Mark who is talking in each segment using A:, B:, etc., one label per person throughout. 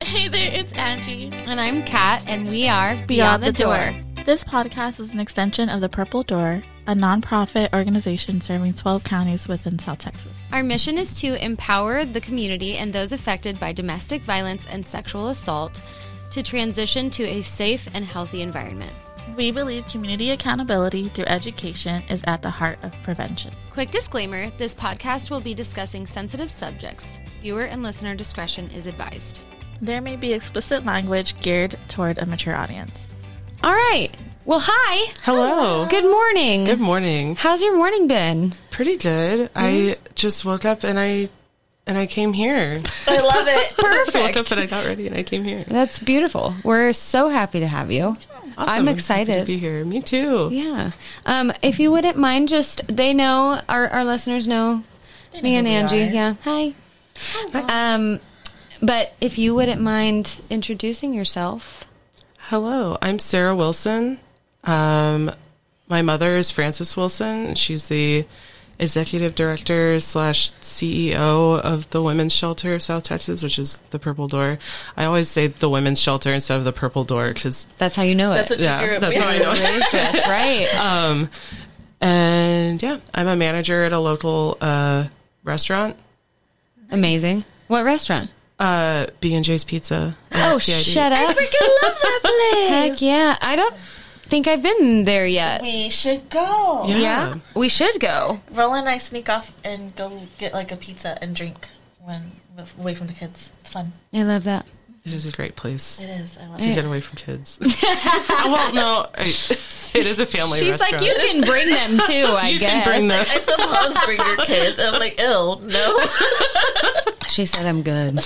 A: Hey there, it's Angie.
B: And I'm Kat, and we are Beyond, the, door.
A: This podcast is an extension of the Purple Door, a nonprofit organization serving 12 counties within South Texas.
B: Our mission is to empower the community and those affected by domestic violence and sexual assault to transition to a safe and healthy environment.
A: We believe community accountability through education is at the heart of prevention.
B: Quick disclaimer this podcast will be discussing sensitive subjects. Viewer and listener discretion is advised.
A: There may be explicit language geared toward a mature audience.
B: All right. Well, hi.
C: Hello.
B: Good morning.
C: Good morning.
B: How's your morning been?
C: Pretty good. I
B: Mm-hmm.
C: just woke up and I and I came here.
A: I love it.
C: I woke up and I got ready and I came here.
B: That's beautiful. We're so happy to have you. I'm
C: happy
B: excited.
C: to be here. Me too.
B: Yeah. Um, if you wouldn't mind, just they know our our listeners know me
A: know
B: and
A: who we
B: Angie.
A: are.
B: Yeah. Hi. Um, but if you wouldn't mind introducing yourself,
C: Hello. I'm Sarah Wilson. Um, my mother is Frances Wilson. She's the executive director slash CEO of the Women's Shelter of South Texas, which is the Purple Door. I always say the Women's Shelter instead of the Purple Door because
B: that's how you know it.
C: yeah, that's how I know.
B: right.
A: Uh,
C: And yeah, I'm a manager at a local uh, restaurant,
B: Amazing. What restaurant?
C: uh, B and J's Pizza.
B: Oh,
C: SPID.
B: shut up.
A: freaking love that place.
B: Heck yeah. I don't think I've been there yet.
A: We should go.
C: Yeah.
B: yeah. We should go.
A: Rolla and I sneak off and go get like a pizza and drink when away from the kids. It's fun.
B: I love that.
C: It is a great place
A: It is. I love
C: to get away from kids. well, no, I, it is a family.
B: She's like,
C: restaurant.
B: you can bring them too, I
C: You
B: guess.
C: can bring them.
A: I suppose bring your kids. I'm like, ill, no.
B: She said, I'm good.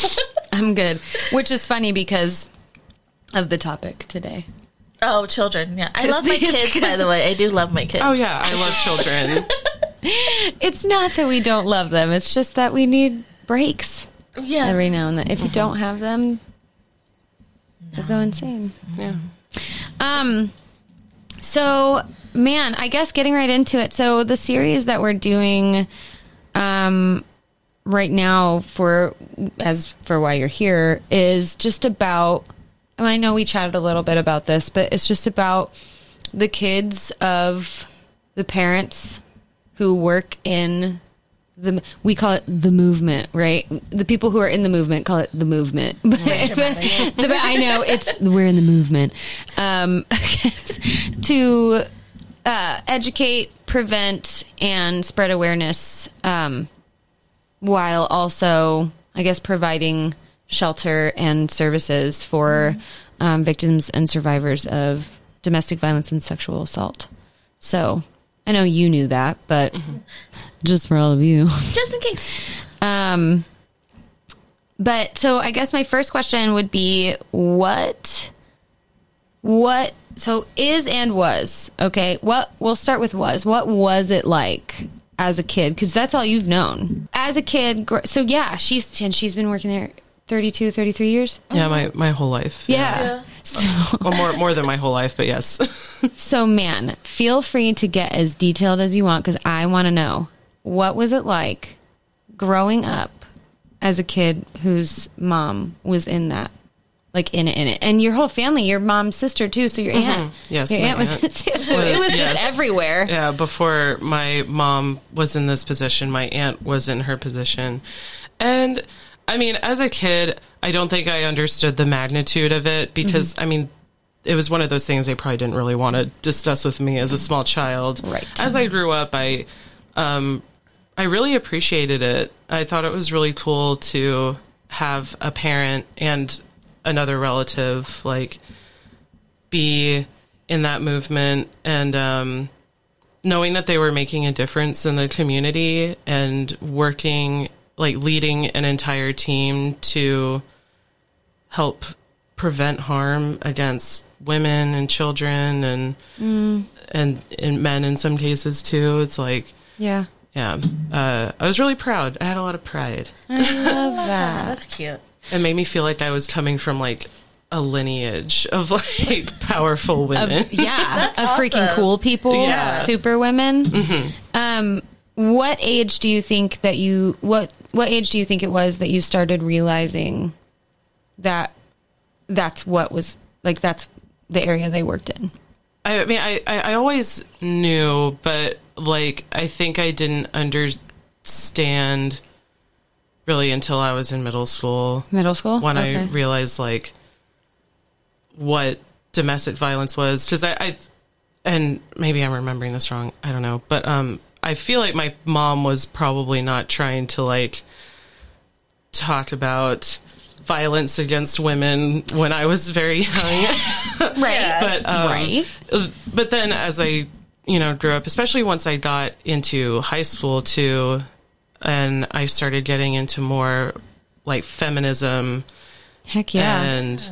B: I'm good. Which is funny because of the topic today.
A: Oh, children. Yeah, I love my
B: these-
A: kids. Um, By the way, I do love my kids.
C: Oh yeah, I love children.
B: It's not that we don't love them, it's just that we need breaks
A: yeah.
B: every now and then. If you don't have them, you'll go insane.
C: yeah.
B: Um, so man, I guess getting right into it. So the series that we're doing, um, right now for as for why you're here is just about. And I know we chatted a little bit about this, but it's just about the kids of the parents who work in the we call it the movement, right? The people who are in the movement call it the movement. But, the- but I know it's we're in the movement um, to uh, educate, prevent, and spread awareness, um, while also, I guess, providing shelter and services for um, victims and survivors of domestic violence and sexual assault. So I know you knew that, but Mm-hmm. just for all of you.
A: Just in case.
B: Um, but so I guess my first question would be what, what, so is and was, okay, what, we'll start with was. What was it like as a kid? Because that's all you've known. As a kid, gr- so yeah, she's, and she's been working there 32, 33 years.
C: Yeah, my, my whole life.
B: Yeah. So,
C: Well, more more than my whole life, but yes.
B: so man, feel free to get as detailed as you want because I want to know what was it like growing up as a kid whose mom was in that like in it in it and your whole family your mom's sister too so your aunt
C: Mm-hmm. Yes,
B: your
C: my
B: aunt was
C: aunt.
B: too so it was
C: Yes.
B: just everywhere
C: Yeah, before my mom was in this position, my aunt was in her position. And I mean, as a kid, I don't think I understood the magnitude of it because I mean, it was one of those things they probably didn't really want to discuss with me as a small child.
B: Right.
C: As I grew up, I um I really appreciated it. I thought it was really cool to have a parent and another relative like be in that movement and um, knowing that they were making a difference in the community and working like leading an entire team to help prevent harm against women and children and and and men in some cases too it's like
B: yeah
C: yeah uh, i was really proud i had a lot of pride
B: i love that
A: That's cute.
C: it made me feel like i was coming from like a lineage of like powerful women
B: yeah of freaking
A: awesome.
B: cool people
C: Yeah. Mm-hmm.
B: super women um what age do you think that you what what age do you think it was that you started realizing that that's what was like that's the area they worked in.
C: I mean, I, I I always knew, but like, I think I didn't understand really until I was in middle school
B: Middle school?
C: when I
B: Oh, Okay.
C: realized like what domestic violence was. Because I, I, and maybe I'm remembering this wrong. I don't know, but um, I feel like my mom was probably not trying to like talk about violence against women when I was very young.
B: right.
C: but um,
B: Right.
C: but then as i you know grew up especially once i got into high school too and i started getting into more like feminism
B: Heck yeah.
C: and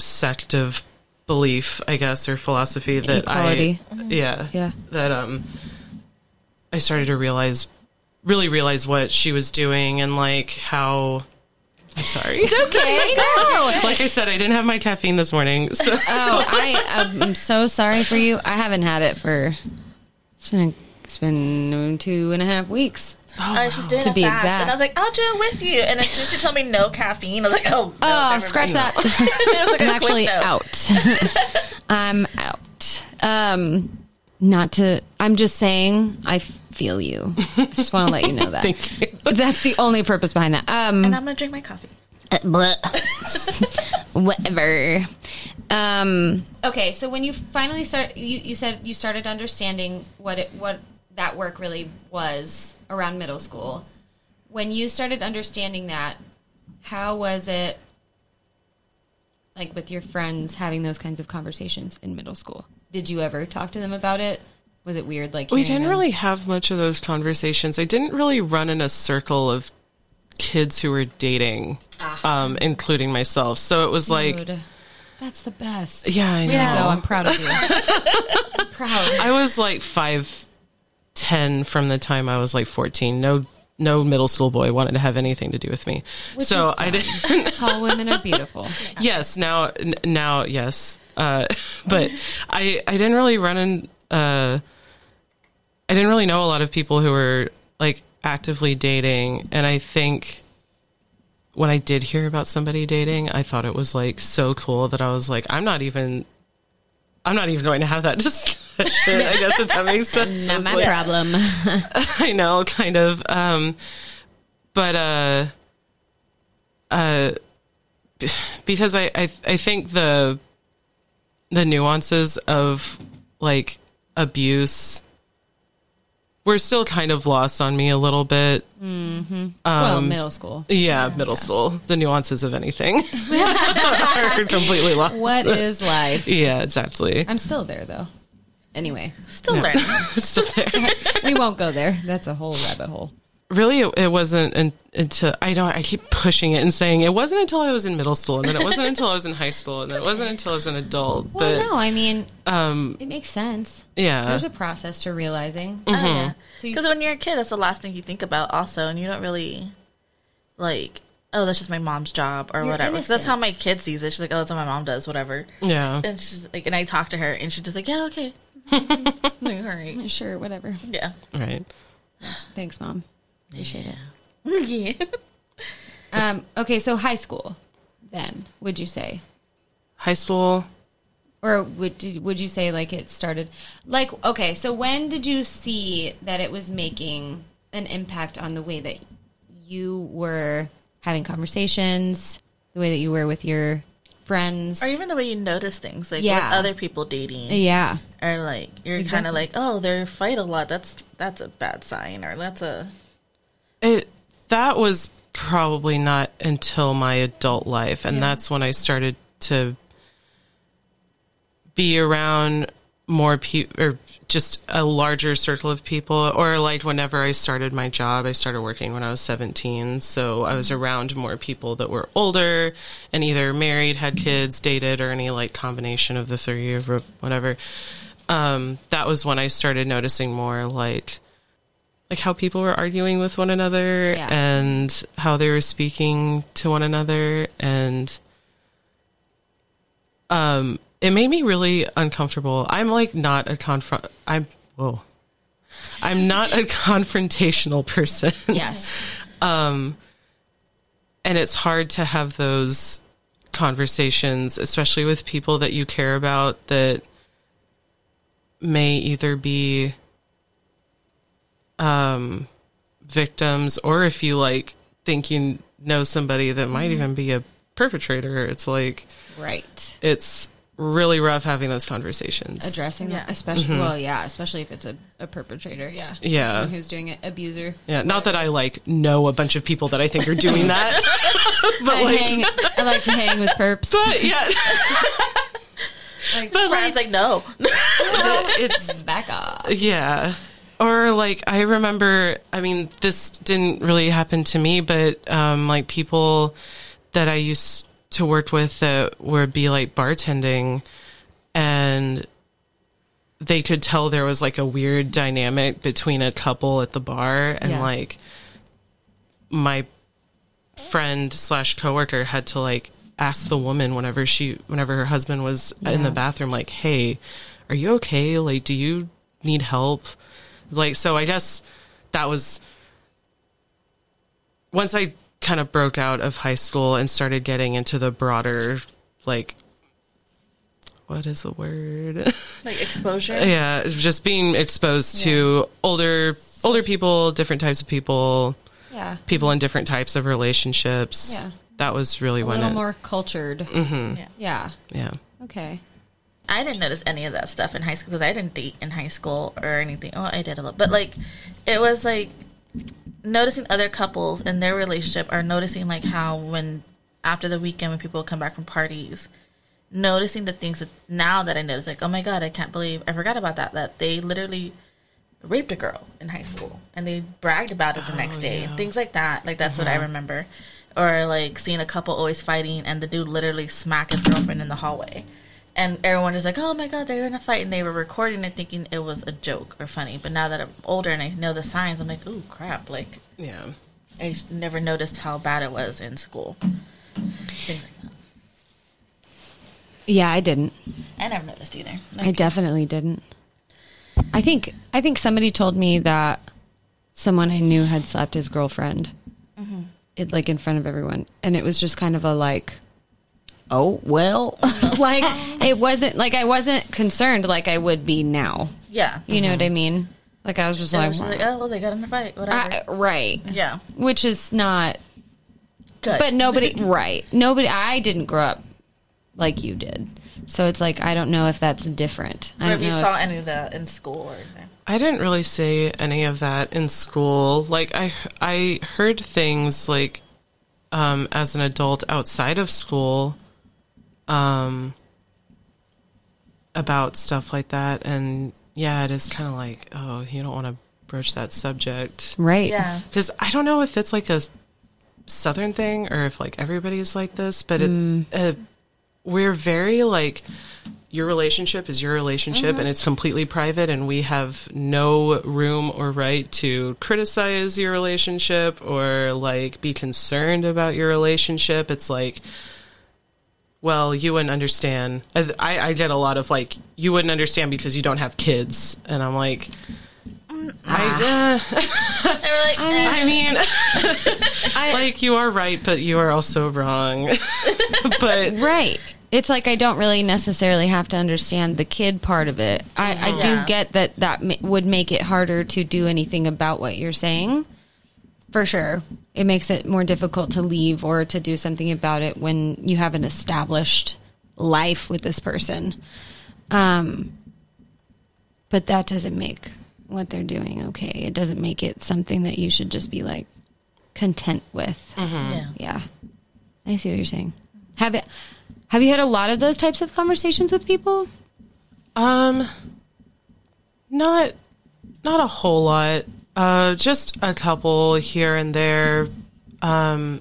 C: sect of belief i guess or philosophy that
B: Equality.
C: i yeah
B: Yeah.
C: that um i started to realize really realize what she was doing and like how i'm sorry
B: okay. No.
C: like i said i didn't have my caffeine this morning so
B: Oh, I I'm so sorry for you. I haven't had it for it's been it's been two and a half weeks.
A: I was just doing
B: To
A: a
B: be
A: fast,
B: exact.
A: and I was like, "I'll do it with you." And then she told me no caffeine. I was like, "Oh, no,
B: Oh,
A: never
B: scratch
A: mind.
B: that.
A: It was like
B: I'm
A: a
B: actually
A: quick note.
B: out. I'm out. Um, not to. I'm just saying. I feel you. I just want to let you know that.
C: Thank you.
B: That's the only purpose behind that. Um,
A: And I'm gonna drink my coffee.
B: whatever. Um, okay. So when you finally start, you, you said you started understanding what it what that work really was around middle school. When you started understanding that, how was it? Like with your friends having those kinds of conversations in middle school. Did you ever talk to them about it? Was it weird? Like
C: We
B: hearing
C: didn't
B: them-
C: really have much of those conversations. I didn't really run in a circle of kids who were dating,
B: Ah.
C: um, including myself. So it was like,
B: Dude, that's the best.
C: yeah, I know.
B: Way to go. I'm proud of you. I'm proud.
C: I was like five ten from the time I was like fourteen. No, no middle school boy wanted to have anything to do with me.
B: Which
C: so
B: is
C: I
B: dumb.
C: didn't.
B: Tall women are beautiful.
C: yes now n- now yes uh but i i didn't really run in uh i didn't really know a lot of people who were like actively dating and i think when i did hear about somebody dating i thought it was like so cool that i was like i'm not even i'm not even going to have that discussion i guess if that makes sense
B: Not
C: It's
B: my
C: like-
B: problem.
C: I know, kind of. Um, but uh, uh, b- because I, I I think the the nuances of like abuse were still kind of lost on me a little bit. um,
B: well, middle school.
C: Mm-hmm. Yeah, middle school. The nuances of anything are completely lost.
B: What is life?
C: Yeah, exactly.
B: I'm still there though. Anyway,
A: Still learning.
C: Still there.
B: we won't go there. That's a whole rabbit hole.
C: really it, it wasn't un, until i know i keep pushing it and saying it wasn't until i was in middle school and then it wasn't until i was in high school and then it wasn't until i was an adult
B: Well,
C: but um, Uh,
B: no, I mean, it makes sense.
C: yeah
B: There's a process to realizing.
C: mm-hmm.
A: Oh, yeah.
B: So you-
A: Because when you're a kid, that's the last thing you think about, also, and you don't really like, oh, that's just my mom's job or
B: You're
A: whatever. 'Cause That's
B: innocent.
A: how my kid sees it. She's like, oh, that's what my mom does, whatever.
C: yeah
A: And she's like, and I talk to her, and she's just like, yeah, okay,
B: All right, sure, whatever.
A: yeah,
C: right
B: Thanks, Thanks, mom. Appreciate it.
A: yeah.
B: Um, okay, so high school, then would you say,
C: high school
B: or would did, would you say like it started? Like, okay, so when did you see that it was making an impact on the way that you were having conversations, the way that you were with your friends?
A: Or even the way you notice things, like
B: Yeah.
A: with other people dating,
B: Yeah.
A: or like you're
B: Exactly.
A: kind of like, oh, they fight a lot. That's that's a bad sign, or that's a
C: it that was probably not until my adult life and that's when i started to be around more people or just a larger circle of people or like whenever i started my job i started working when i was 17 so i was around more people that were older and either married had kids dated or any like combination of the three or whatever um, that was when i started noticing more like like how people were arguing with one another
B: Yeah.
C: and how they were speaking to one another and um it made me really uncomfortable i'm like not a confront i'm whoa i'm not a confrontational person
B: Yes.
C: and it's hard to have those conversations, especially with people that you care about that may either be um, victims or if you like think you know somebody that might even be a perpetrator, it's like
B: Right.
C: it's really rough having those conversations.
B: Addressing
A: Yeah.
B: that, especially well, yeah, especially if it's a, a perpetrator, yeah,
C: Mm-hmm. Yeah.
B: Someone who's doing it, abuser.
C: Yeah, not that I like know a bunch of people that I think are doing that, but
B: I,
C: like,
B: hang, I like to hang with perps.
C: but yeah,
B: like,
C: but
A: Brian's
C: like,
A: like, no.
C: it's
B: back off.
C: Yeah. Or like I remember, I mean, this didn't really happen to me, but um, like people that I used to work with that would be like bartending, and they could tell there was like a weird dynamic between a couple at the bar, and
B: Yeah.
C: like my friend slash coworker had to like ask the woman whenever she whenever her husband was in the bathroom like hey are you okay like do you need help like so i guess that was once i kind of broke out of high school and started getting into the broader like what is the word
A: Like exposure.
C: yeah it's just being exposed to older older people different types of people
B: Yeah,
C: people in different types of relationships.
B: Yeah.
C: That was really
B: a
C: when
B: little
C: it,
B: more cultured.
C: Mm-hmm.
A: Yeah.
B: Yeah.
C: yeah.
B: Okay.
A: I didn't notice any of that stuff in high school because I didn't date in high school or anything. Oh, I did a little, but like, it was like noticing other couples in their relationship or noticing like how when after the weekend when people come back from parties, noticing the things that now that I notice, like, oh my god, I can't believe I forgot about that. That they literally raped a girl in high school and they bragged about it the next day and things like that. Like that's what I remember. Or like seeing a couple always fighting and the dude literally smack his girlfriend in the hallway. And everyone just like, oh my god, they're in a fight, and they were recording it, thinking it was a joke or funny. But now that I'm older and I know the signs, I'm like, ooh, crap! Like
C: Yeah.
A: I s- never noticed how bad it was in school. Things like that.
B: Yeah, I didn't.
A: I never noticed either. Like,
B: I definitely didn't. I think I think somebody told me that someone I knew had slapped his girlfriend, it like in front of everyone, and it was just kind of a like, oh well, like it wasn't like I wasn't concerned like I would be now.
A: yeah.
B: You know what I mean? Like I was just
A: And I
B: like,
A: Mm-hmm. was just
B: "Wow."
A: like, uh, oh well, they got in a fight. Whatever.
B: I- right,
A: yeah.
B: which is not
A: Good.
B: but nobody right nobody i didn't grow up like you did so it's like i don't know if that's different i
A: Or
B: don't
A: if you
B: know
A: saw any of that in school or anything.
C: I didn't really say any of that in school. Like I I heard things like um as an adult outside of school um about stuff like that and yeah, it is kind of like, oh, you don't want to broach that subject.
B: right
A: Yeah.
C: Because I don't know if it's like a southern thing or if like everybody's like this, but it, uh, we're very like your relationship is your relationship and it's completely private, and we have no room or right to criticize your relationship or like be concerned about your relationship. It's like. Well, you wouldn't understand. I, I I get a lot of like, you wouldn't understand because you don't have kids, and I'm like, I, uh,
A: They were like, eh.
C: Mm, I mean,
B: I,
C: like you are right, but you are also wrong. but
B: right it's like i don't really necessarily have to understand the kid part of it i, I
A: Yeah.
B: do get that that ma- would make it harder to do anything about what you're saying for sure it makes it more difficult to leave or to do something about it when you have an established life with this person um, but that doesn't make what they're doing okay it doesn't make it something that you should just be like content with
A: yeah.
B: yeah. I see what you're saying. Have it have you had a lot of those types of conversations with people?
C: um, not not a whole lot. Uh, just a couple here and there. Um,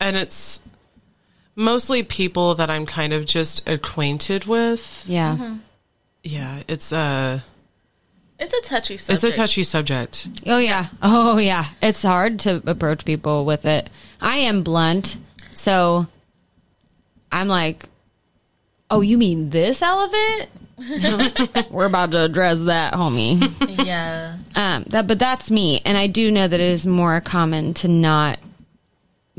C: and it's mostly people that I'm kind of just acquainted with.
B: Yeah.
C: Yeah, it's a
A: It's a touchy
C: it's
A: subject.
C: a touchy subject.
B: Oh yeah. Oh yeah. It's hard to approach people with it. I am blunt, so I'm like, "Oh, you mean this elephant? We're about to address that, homie."
A: Yeah.
B: Um, that, but that's me, and I do know that it is more common to not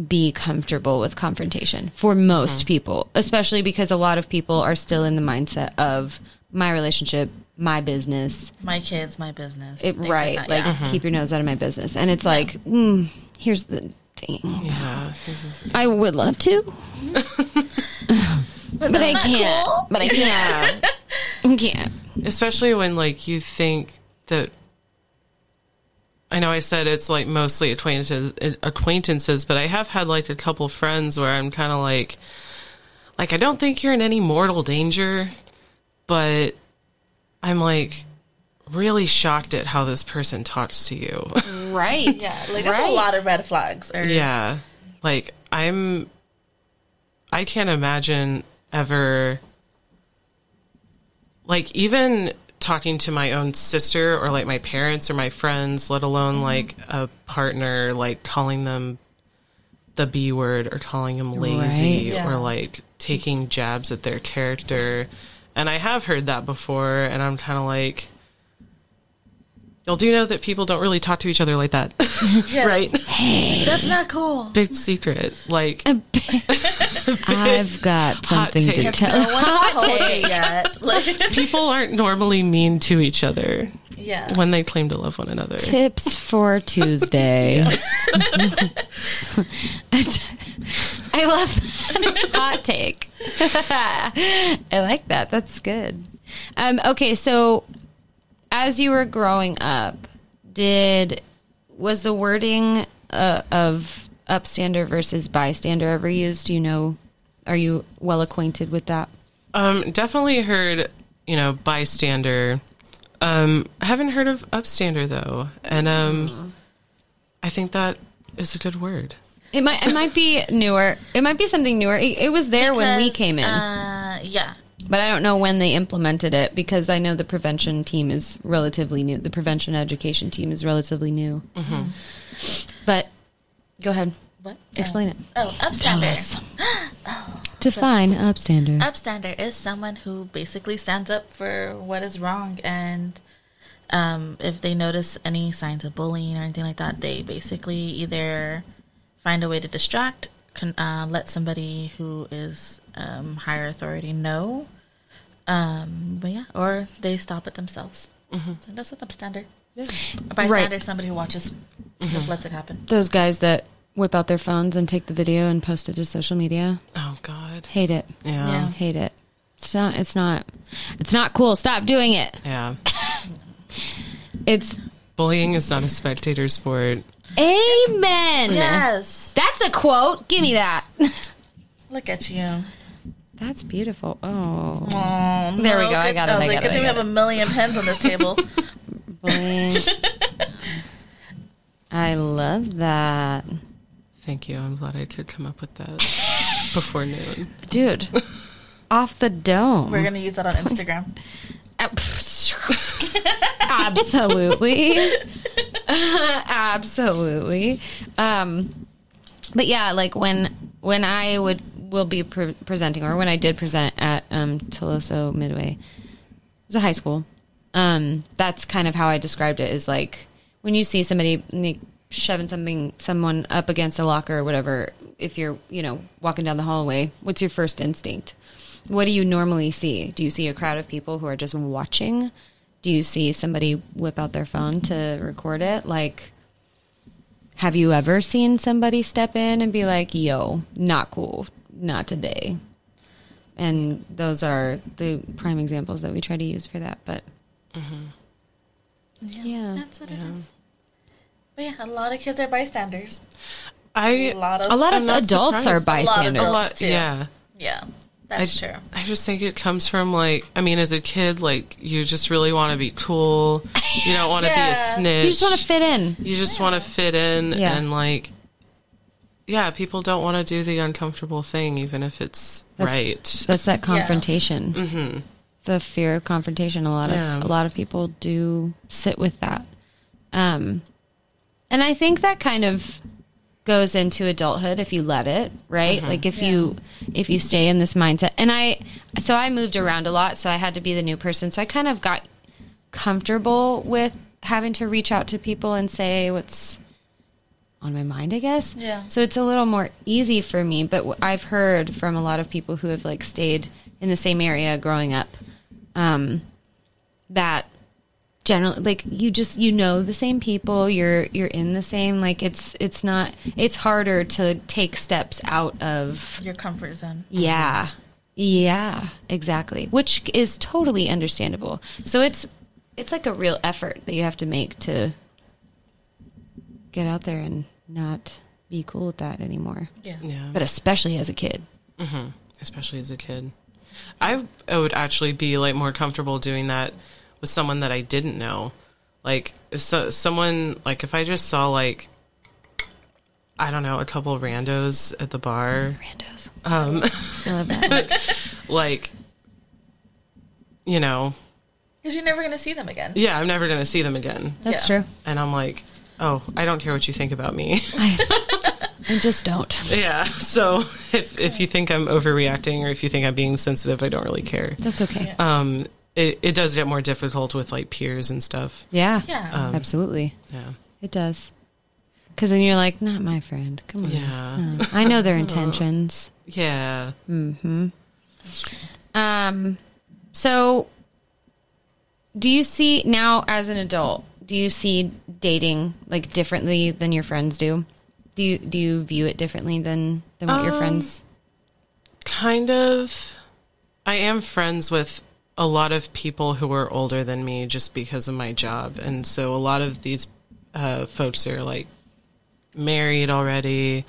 B: be comfortable with confrontation for most
A: Mm-hmm.
B: people, especially because a lot of people are still in the mindset of my relationship, my business,
A: My kids, my business.
B: it,
A: things like
B: right?
A: that,
B: Like,
A: yeah. Mm-hmm.
B: keep your nose out of my business. And it's like, mm, here's the thing
C: Yeah.
B: I would love to, but I
A: that's not
B: can't.
A: cool.
B: But I can't. I can't.
C: Especially when like you think that I know I said it's like mostly acquaintances acquaintances, but I have had like a couple friends where I'm kind of like like I don't think you're in any mortal danger, but I'm like really shocked at how this person talks to you.
B: Right.
A: Yeah, like that's a lot of red flags. Or,
C: Yeah. Like I'm I can't imagine ever like even talking to my own sister or like my parents or my friends, let alone
A: Mm-hmm.
C: like a partner, like calling them the B word or calling them lazy
B: Right.
A: Yeah.
C: or like taking jabs at their character. And I have heard that before and I'm kinda like Y'all do know that people don't really talk to each other like that,
A: Yeah,
C: right?
A: That's not cool.
C: big secret. Like,
B: I've got something to
C: take.
B: tell.
A: No one's told you yet. Like,
C: people aren't normally mean to each other
A: yeah.
C: when they claim to love one another.
B: Tips for Tuesday. I love that. hot take. I like that. That's good. Um, okay, so as you were growing up, did was the wording uh, of upstander versus bystander ever used? Do you know? Are you well acquainted with that?
C: Um, definitely heard, you know, bystander. Um, haven't heard of upstander though, and um, I think that is a good word.
B: It might. It might be newer. It might be something newer. It, it was there when we
A: Because,
B: came in.
A: Uh, yeah.
B: But I don't know when they implemented it because I know the prevention team is relatively new. The prevention education team is relatively new. But go ahead,
A: What?
B: explain it.
A: Oh, upstander.
B: Define upstander.
A: Upstander is someone who basically stands up for what is wrong, and um, if they notice any signs of bullying or anything like that, they basically either find a way to distract, can, uh, let somebody who is um, higher authority know, um, but yeah, or they stop it themselves.
B: Mm-hmm.
A: So that's what upstander. A bystander, is somebody who watches,
B: Mm-hmm.
A: just lets it happen.
B: Those guys that whip out their phones and take the video and post it to social media.
C: Oh God,
B: Hate it.
C: yeah,
B: Hate it. It's not. It's not. It's not cool. Stop doing it.
C: yeah.
B: It's
C: Bullying is not a spectator sport.
B: amen.
A: Yes,
B: That's a quote. Give me that.
A: look at you.
B: That's beautiful. Oh.
A: Oh,
B: There we
A: no,
B: go. I
A: good-
B: got it,
A: I was
B: I
A: like,
B: got it,
A: good
B: I
A: thing we
B: got
A: have a million pens on this table.
B: Boing. I love that.
C: Thank you. I'm glad I could come up with that before noon.
B: Dude, off the dome.
A: We're gonna use that on Instagram.
B: Uh, Absolutely. Absolutely. Um, but yeah, like when when I would will be pre- presenting or when I did present at um, Toloso Midway, it was a high school. Um, that's kind of how I described it is like when you see somebody like, shoving something someone up against a locker or whatever, if you're, you know, walking down the hallway, what's your first instinct? What do you normally see? Do you see a crowd of people who are just watching? Do you see somebody whip out their phone to record it? Like have you ever seen somebody step in and be like, yo, not cool, not today? And those are the prime examples that we try to use for that. But Yeah.
A: that's what it is. But yeah, a lot of kids are bystanders. A
C: I
A: lot of
B: a lot
C: I'm
B: of
C: not
B: adults are
C: surprised. A
A: lot of
B: bystanders.
C: a
A: adults.
C: lot,
A: too.
C: yeah.
A: yeah, that's
C: I,
A: true.
C: I just think it comes from like I mean, as a kid, like you just really want to be cool. You don't want to
A: Yeah.
C: be a snitch.
B: You just want to fit in.
C: You just want to fit in
B: Yeah.
C: and like, yeah, people don't want to do the uncomfortable thing, even if it's
B: That's-
C: right.
B: That's that confrontation. Mm-hmm. The fear of confrontation. A lot of
C: Yeah.
B: a lot of people do sit with that, um, and I think that kind of goes into adulthood if you let it. Right? Like if you if you stay in this mindset. And I so I moved around a lot, so I had to be the new person. So I kind of got comfortable with having to reach out to people and say what's on my mind, I guess.
A: Yeah.
B: So it's a little more easy for me, but wh- I've heard from a lot of people who have like stayed in the same area growing up um that generally like you just you know the same people, you're you're in the same like it's it's not it's harder to take steps out of
A: Your comfort zone.
B: yeah. Yeah, exactly. Which is totally understandable. So it's it's like a real effort that you have to make to get out there and not be cool with that anymore.
A: Yeah.
C: Yeah.
B: But especially as a kid.
C: especially as a kid. I, I would actually be like more comfortable doing that with someone that I didn't know. Like if so, someone like if I just saw like I don't know a couple randos at the bar,
B: Randos. Um I love that.
C: like you know,
A: Because you're never going to see them again.
C: yeah, I'm never gonna see them again,
B: That's
A: Yeah.
B: true.
C: and I'm like, oh, I don't care what you think about me.
B: I, I just don't.
C: yeah, so if if you think I'm overreacting or if you think I'm being sensitive, I don't really care.
B: That's okay.
C: Um, it it does get more difficult with like peers and stuff.
B: Yeah.
A: Yeah.
B: Absolutely.
C: Yeah.
B: It does. Cuz then you're like, not my friend. Come on.
C: Yeah.
B: Uh, I know their intentions.
C: Yeah.
B: Um, so do you see now as an adult, do you see dating like differently than your friends do? Do you do you view it differently than than what your friends?
C: Kind of. I am friends with a lot of people who are older than me just because of my job. And so a lot of these uh, folks are like married already.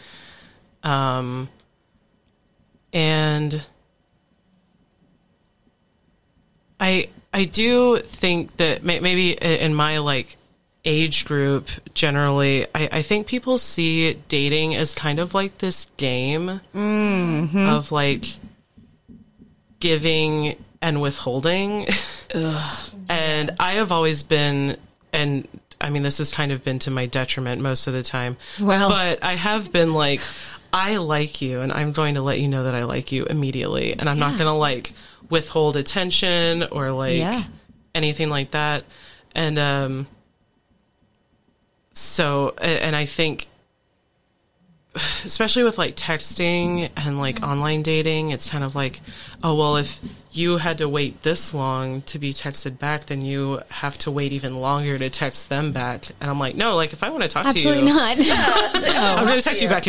C: Um, and I I do think that may, maybe i- in my like age group generally, I, I think people see dating as kind of like this game of like giving and withholding. and I have always been, and I mean, this has kind of been to my detriment most of the time.
B: Well.
C: but I have been like, I like you, and I'm going to let you know that I like you immediately, and I'm not
B: Yeah.
C: going to like withhold attention or like
B: Yeah.
C: anything like that. And um, so, a- and I think especially with like texting and like
B: Mm-hmm.
C: online dating, it's kind of like, oh, well, if you had to wait this long to be texted back, then you have to wait even longer to text them back. And I'm like, no, like if I want to talk
B: Absolutely
C: to you,
B: not.
C: I'm going to text Oh, you back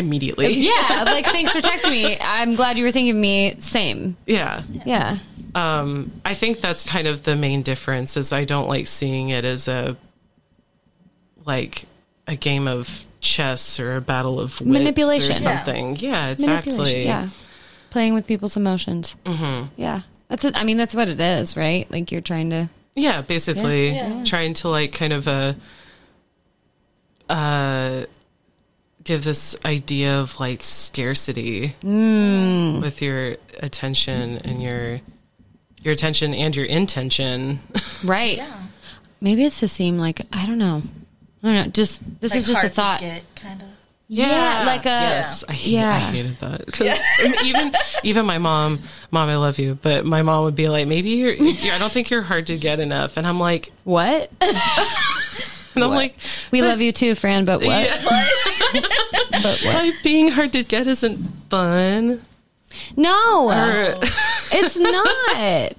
C: immediately.
B: yeah, like thanks for texting me. I'm glad you were thinking of me. Same.
C: Yeah. Um,
B: Yeah.
C: I think that's kind of the main difference is I don't like seeing it as a, like a game of chess or a battle of wits
B: Manipulation.
C: or
B: Yeah.
C: something. Yeah,
B: Manipulation,
C: exactly.
B: Yeah. Playing with people's emotions. Mm-hmm. Yeah. That's it. I mean, that's what it is, right? Like you're trying to
C: Yeah, basically
A: Yeah. Yeah.
C: trying to like kind of uh, uh, give this idea of like scarcity
B: Mm.
C: with your attention and your your attention and your intention.
B: right.
A: Yeah.
B: Maybe it's to seem like I don't know. I don't know. Just this
A: Like
B: is just a
A: hard to
B: thought.
A: Get, kind of.
B: Yeah, like a
C: yes. I, hate, I
B: yeah.
C: hated that. 'Cause even even my mom, mom, I love you, but my mom would be like, maybe you're, you're I don't think you're hard to get enough, and I'm like,
B: What?
C: and I'm
B: What?
C: like,
B: We love you too, Fran, but what? But what?
C: like being hard to get isn't fun.
B: No.
C: Or-
B: it's not.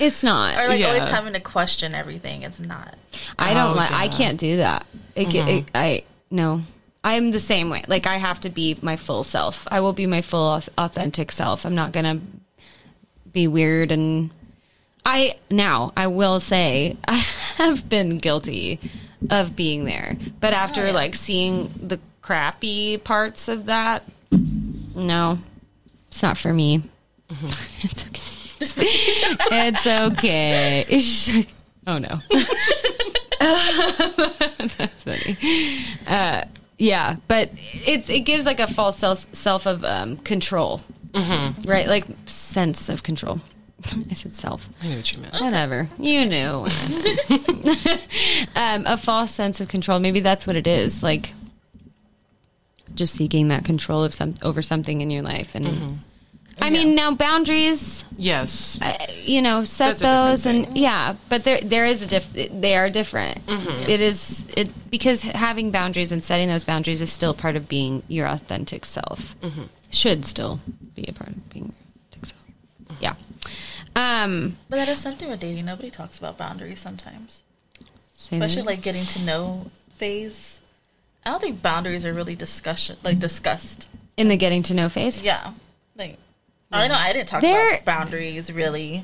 B: It's not.
A: Or like
C: Yeah.
A: always having to question everything. It's not.
B: I don't
C: Oh,
B: like I
C: yeah. Mm-hmm.
B: can't do that. It, ge- it- I no. I'm the same way. Like I have to be my full self. I will be my full auth- authentic self. I'm not going to be weird and I now I will say I have been guilty of being there. But
C: Oh,
B: after like seeing the crappy parts of that, no. It's not for me.
C: Mm-hmm.
B: it's okay. it's okay. It's just like, oh no. That's funny. Uh, yeah, but it's it gives like a false self self of um, control, right? Like sense of control. I said self.
C: I know what you meant.
B: Whatever. You knew. um, a false sense of control. Maybe that's what it is. Like just seeking that control of some over something in your life. And I mean, now boundaries
C: Yes.
B: uh, you know set
C: That's a different
B: those and
C: thing.
B: yeah but there there is a diff they are different
A: Mm-hmm.
B: It is it because having boundaries and setting those boundaries is still part of being your authentic self
A: Mm-hmm.
B: should still be a part of being your authentic self yeah
A: Mm-hmm.
B: um
A: But that is something with dating. Nobody talks about boundaries sometimes,
B: say that
A: especially
B: again.
A: like getting to know phase. I don't think boundaries are really discussion like discussed.
B: in the getting to know phase
A: Yeah, like I know I didn't talk
B: There-
A: about boundaries really,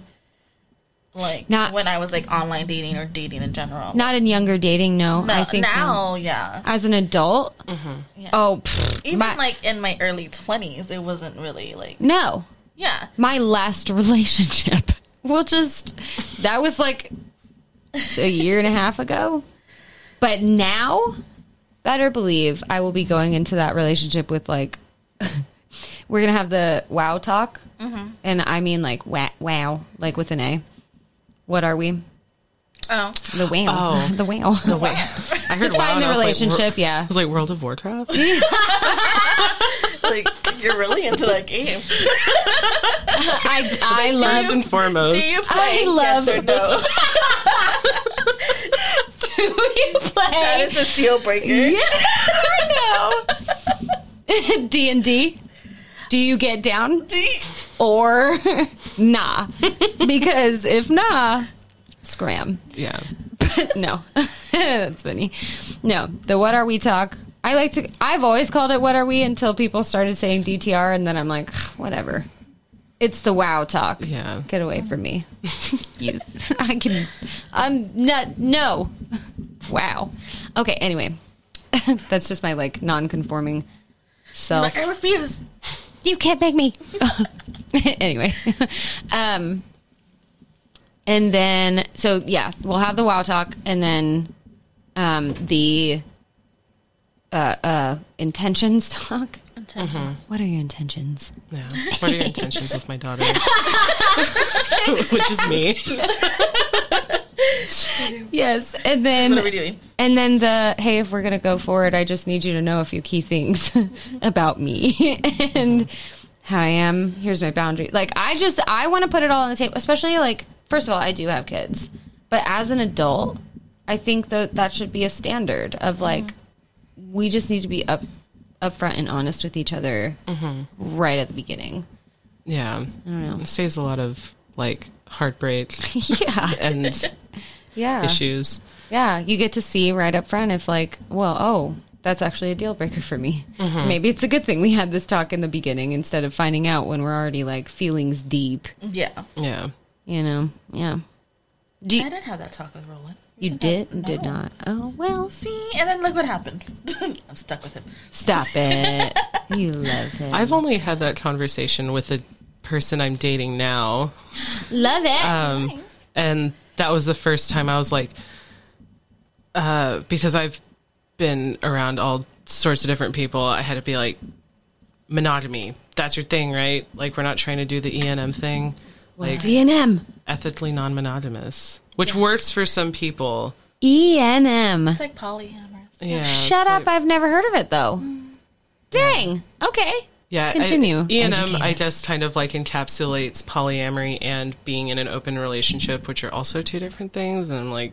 A: like
B: Not-
A: when I was like online dating or dating in general.
B: not in younger dating no,
A: No,
B: i think
A: now, yeah.
B: as an adult
A: yeah.
B: oh pfft,
A: even
B: my-
A: like in my early twenties, it wasn't really like
B: no
A: yeah.
B: my last relationship. We'll just that was like a year and a half ago. But now, better believe I will be going into that relationship with like we're gonna have the wow talk, and I mean like wow, wow, like with an A. What are we?
A: Oh,
B: The wow,
C: Oh.
B: the wow, the
C: Wait, I heard wow,
B: Define
C: and
B: the
C: I was like,
B: relationship,
C: wor-
B: yeah.
C: I was like World of Warcraft.
A: like you're really into that game.
B: I I love
C: First and foremost,
A: Do you play
B: I love-
A: yes or no?
B: to you play.
A: That is a deal breaker.
B: yes or no? D and D. Do you get down
A: Do you-
B: or nah? Because if nah, scram.
C: yeah,
B: no, that's funny. No, the what are we talk. I like to. I've always called it what are we until people started saying DTR, and then I'm like, whatever. It's the wow talk.
C: yeah.
B: Get away from me. you, I can. I'm not. No. Wow. Okay. Anyway, that's just my like non-conforming self.
A: like I refuse.
B: You can't make me. anyway, um, and then so yeah, we'll have the wow talk, and then um, the uh, uh, intentions talk. Mm-hmm. What are your intentions?
C: Yeah. What are your intentions with my daughter? Which is me.
B: Yes, and then
A: What are we doing?
B: And then the hey, if we're gonna go forward, I just need you to know a few key things about me and how I am. Here's my boundary. Like I just I want to put it all on the table. Especially like first of all, I do have kids, but as an adult, I think that that should be a standard of like we just need to be up upfront and honest with each other right at the beginning.
C: Yeah.
B: I don't know.
C: It saves a lot of like heartbreak
B: yeah,
C: and
B: yeah.
C: issues.
B: Yeah, you get to see right up front if like, well, oh, that's actually a deal breaker for me.
C: Mm-hmm.
B: Maybe it's a good thing we had this talk in the beginning instead of finding out when we're already like feelings deep.
A: Yeah,
C: Yeah.
B: You know? Yeah. Do
A: I
B: you,
A: didn't have that talk with Roland.
B: you did did
A: No.
B: not? Oh well,
A: See, and then look what happened. I'm stuck with him.
B: stop it. you love him.
C: I've only had that conversation with the person I'm dating now.
B: love it.
C: Um, and that was the first time I was like, uh, because I've been around all sorts of different people, I had to be like, monogamy, that's your thing, right? Like, we're not trying to do the ENM thing, like
B: What's ENM?
C: ethically non monogamous, which works for some people.
B: ENM.
A: It's like polyamorous.
C: Yeah, it's
B: E Shut up.
C: like- Mm.
B: I've never heard of it though. Dang. Okay.
C: Yeah, I-
B: Continue.
C: E&M, I
B: Educate us.
C: guess, kind of like encapsulates polyamory and being in an open relationship, which are also two different things. And I'm like,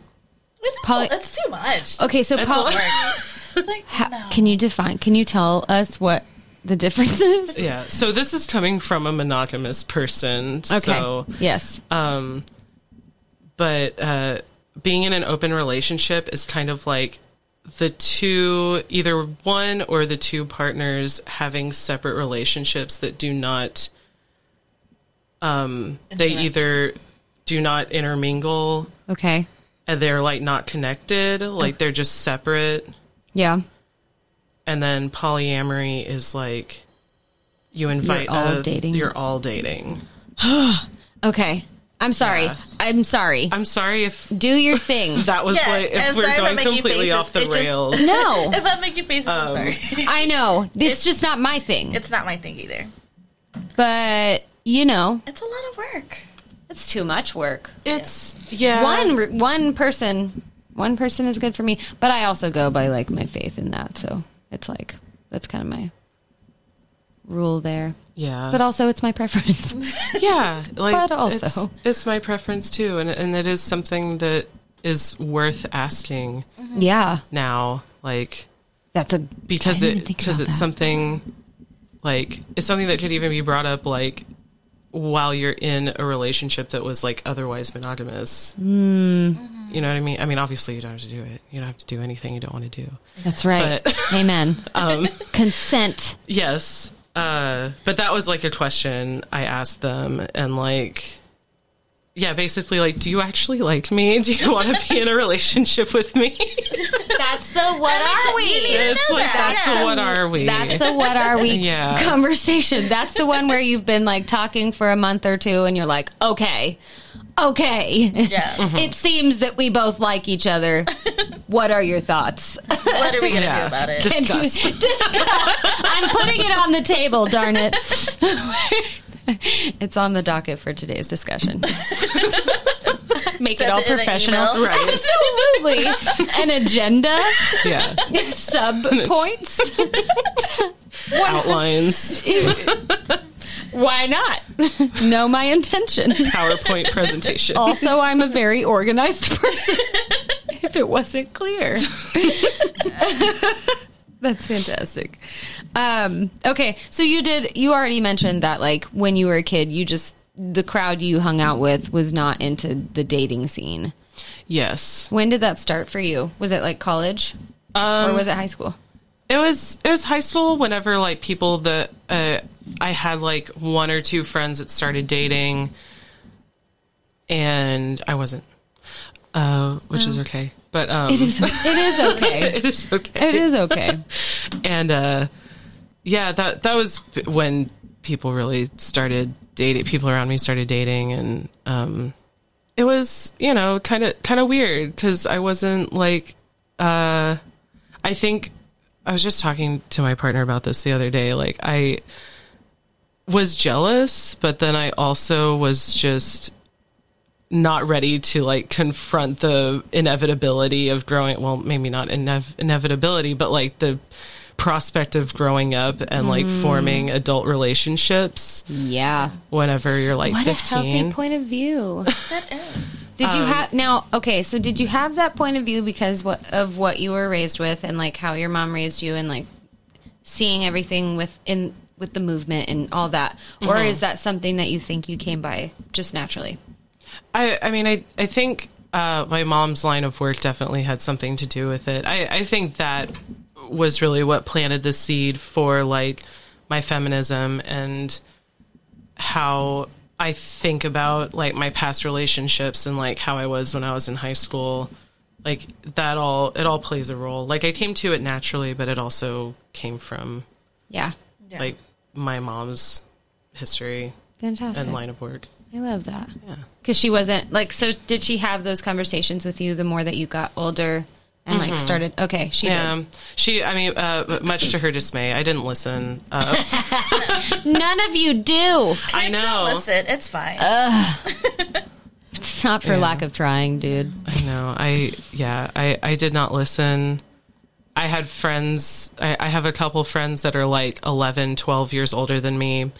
A: It's,
B: Poly-
A: also, it's too much.
B: Okay, so
C: That's
B: Paul,
C: a lot.
A: Like,
B: Ha-
A: no.
B: Can you define? Can you tell us what the difference is?
C: yeah. So this is coming from a monogamous person. Okay. So, uh,
B: yes.
C: but uh, being in an open relationship is kind of like the two, either one or the two partners having separate relationships that do not, um, they
A: Interact.
C: either do not intermingle
B: okay.
C: and they're like not connected,
B: Oh.
C: like they're just separate.
B: Yeah.
C: and then polyamory is like you invite
B: all
C: a-
B: dating.
C: You're all dating.
B: Okay. I'm sorry.
C: Yeah.
B: I'm sorry.
C: I'm sorry if
B: Do your thing.
C: that was
A: Yeah,
C: like if
A: I'm sorry
C: we're
A: if I
C: going
A: make you
C: completely
A: faces.
C: off the
A: It just-
C: rails.
B: no. Um,
A: if I make you faces, I'm sorry.
B: I know. It's, just not my thing.
A: It's not my thing either.
B: But you know,
A: It's a lot of work.
B: it's too much work.
C: It's yeah.
B: One one one person, one person is good for me. But I also go by like my faith in that. So it's like that's kind of my rule there.
C: Yeah.
B: But also, it's my preference.
C: yeah like
B: But also-
C: it's, it's my preference too and and it is something that is worth asking
B: Mm-hmm. yeah,
C: now like
B: that's a I
C: because
B: didn't
C: it
B: even think
C: because
B: about
C: it's
B: that.
C: something like it's something that could even be brought up like while you're in a relationship that was like otherwise monogamous
B: Hmm.
C: you know what i mean i mean obviously you don't have to do it you don't have to do anything you don't want to do
B: That's right. Amen.
C: um,
B: Consent.
C: yes uh but that was like a question i asked them and like yeah basically like do you actually like me do you want to be in a relationship with me
B: That's the what are we?
C: it's like
A: that,
C: that's the what are we
B: That's the what are we
C: Yeah.
B: conversation. That's the one where you've been like talking for a month or two and you're like, okay, okay.
A: Yeah.
B: It seems that we both like each other. What are your thoughts?
A: What are we gonna do
C: Yeah.
A: about it?
C: Just-
B: And you-
C: Discuss.
B: discuss. I'm putting it on the table, darn it. it's on the docket for today's discussion. Make it
A: Send
B: all
A: it in an
B: professional.
A: email.
C: Right.
B: Absolutely. An agenda,
C: yeah
B: sub points.
C: outlines
B: Why not? Know my intention.
C: powerpoint presentation
B: Also, I'm a very organized person. if it wasn't clear. That's fantastic. Um, okay, so you did. You already mentioned that, like when you were a kid, you just the crowd you hung out with was not into the dating scene.
C: yes
B: When did that start for you? Was it like college, or was it high school?
C: It was it was high school. Whenever like people that uh, I had like one or two friends that started dating, and I wasn't, uh, which is okay. But um,
B: Oh. It is. It is okay.
C: it is okay.
B: it is okay.
C: And uh, yeah, that that was when people really started dating. People around me started dating, and um, it was you know kind of kind of weird because I wasn't like uh, I think I was just talking to my partner about this the other day. Like I was jealous, but then I also was just not ready to like confront the inevitability of growing well maybe not inev- inevitability but like the prospect of growing up and like
B: Mm-hmm.
C: forming adult relationships
B: Yeah.
C: whenever you're like
B: What a
C: 15
B: healthy point of view. Um,
A: That is.
B: Did you have now? Okay, so did you have that point of view because what, of what you were raised with and like how your mom raised you and like seeing everything within with the movement and all that, or is that something that you think you came by just naturally?
C: I, I mean, I, I think uh, my mom's line of work definitely had something to do with it. I, I think that was really what planted the seed for like my feminism and how I think about like my past relationships and like how I was when I was in high school. Like that all, it all plays a role. Like I came to it naturally, but it also came from
B: Yeah,
A: Yeah.
C: like my mom's history
B: fantastic.
C: and line of work.
B: I love that.
C: Yeah.
B: Because she wasn't like, so did she have those conversations with you the more that you got older and like started? Okay, she
C: Mm-hmm. Yeah, Um, she. I mean, uh, but much to her dismay, I didn't listen. Uh,
B: did. None of you do.
C: I
A: Kids don't
C: know,
A: Listen, it's fine.
B: Uh, It's not for
C: Yeah.
B: lack of trying, dude.
C: I know. I yeah, I I did not listen. I had friends. I, I have a couple friends that are like 11, 12 years older than me.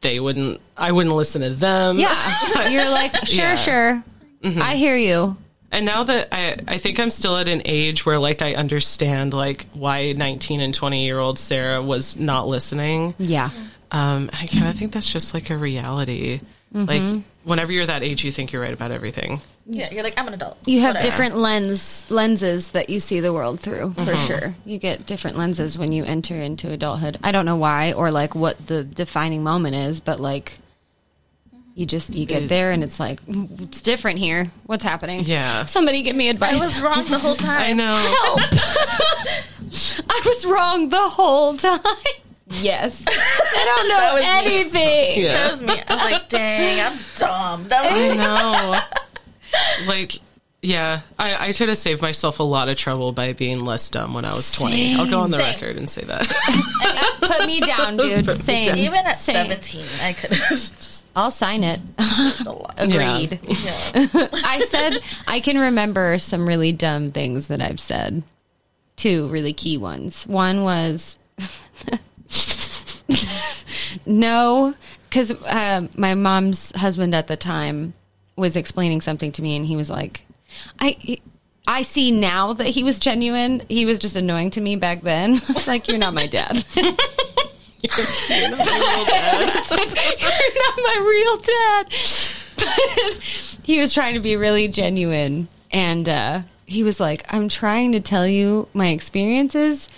C: They wouldn't. I wouldn't listen to them.
B: Yeah, you're like, sure,
C: Yeah.
B: sure.
A: Mm-hmm.
B: I hear you.
C: And now that I, I think I'm still at an age where like I understand like why 19 and 20 year old Sarah was not listening.
B: Yeah.
C: Um, I kind of think that's just like a reality. Like whenever you're that age, you think you're right about everything.
A: yeah, you're like I'm an adult.
B: You have
A: Whatever.
B: different lens lenses that you see the world through, for
A: Mm-hmm.
B: sure. You get different lenses when you enter into adulthood. I don't know why or like what the defining moment is, but like you just you get there and it's like it's different here. What's happening?
C: Yeah.
B: Somebody give me
A: I
B: advice.
A: was wrong the whole time.
C: I know.
B: Help. I was wrong the whole time. Yes. I don't know
A: was me.
B: anything.
A: That
C: Yeah.
A: was me. I was like, dang, I'm dumb. That was
C: I know. like, yeah, I, I should have saved myself a lot of trouble by being less dumb when I was 20. I'll go on the
A: Same.
C: record and say that.
B: Put me down, dude.
C: Put me
B: Same.
C: down.
A: even at
B: Same.
A: 17, I could have just
B: I'll sign it.
A: a lot.
B: Agreed.
A: Yeah.
B: I said I can remember some really dumb things that I've said. Two really key ones. One was No, because uh, my mom's husband at the time was explaining something to me, and he was like, "I." I see now that he was genuine. He was just annoying to me back then. I was like, "You're not my dad. You're
C: You're not my real dad.
B: not my real dad." But he was trying to be really genuine, and uh, he was like, "I'm trying to tell you my experiences,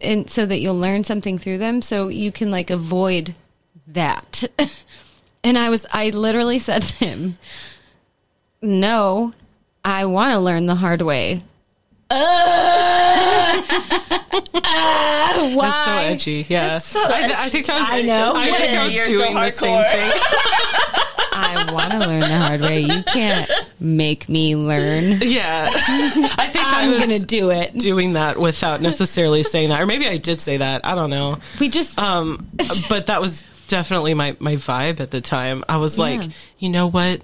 B: and so that you'll learn something through them, so you can like avoid that." and I was, I literally said to him, "No, I want to learn the hard way." Ah, why?
C: That's so edgy. Yeah.
B: That's so
C: I, I think that was,
B: edgy. I know.
C: I think I was
A: You're so
C: doing the same
A: hardcore.
C: thing.
B: I want to learn the hard way. You can't make me learn.
C: Yeah. I think i
B: I'm
C: was
B: gonna do it.
C: doing that without necessarily saying that. Or maybe I did say that. I don't know.
B: We just
C: Um, but that was definitely my, my vibe at the time. I was like,
B: Yeah.
C: you know what?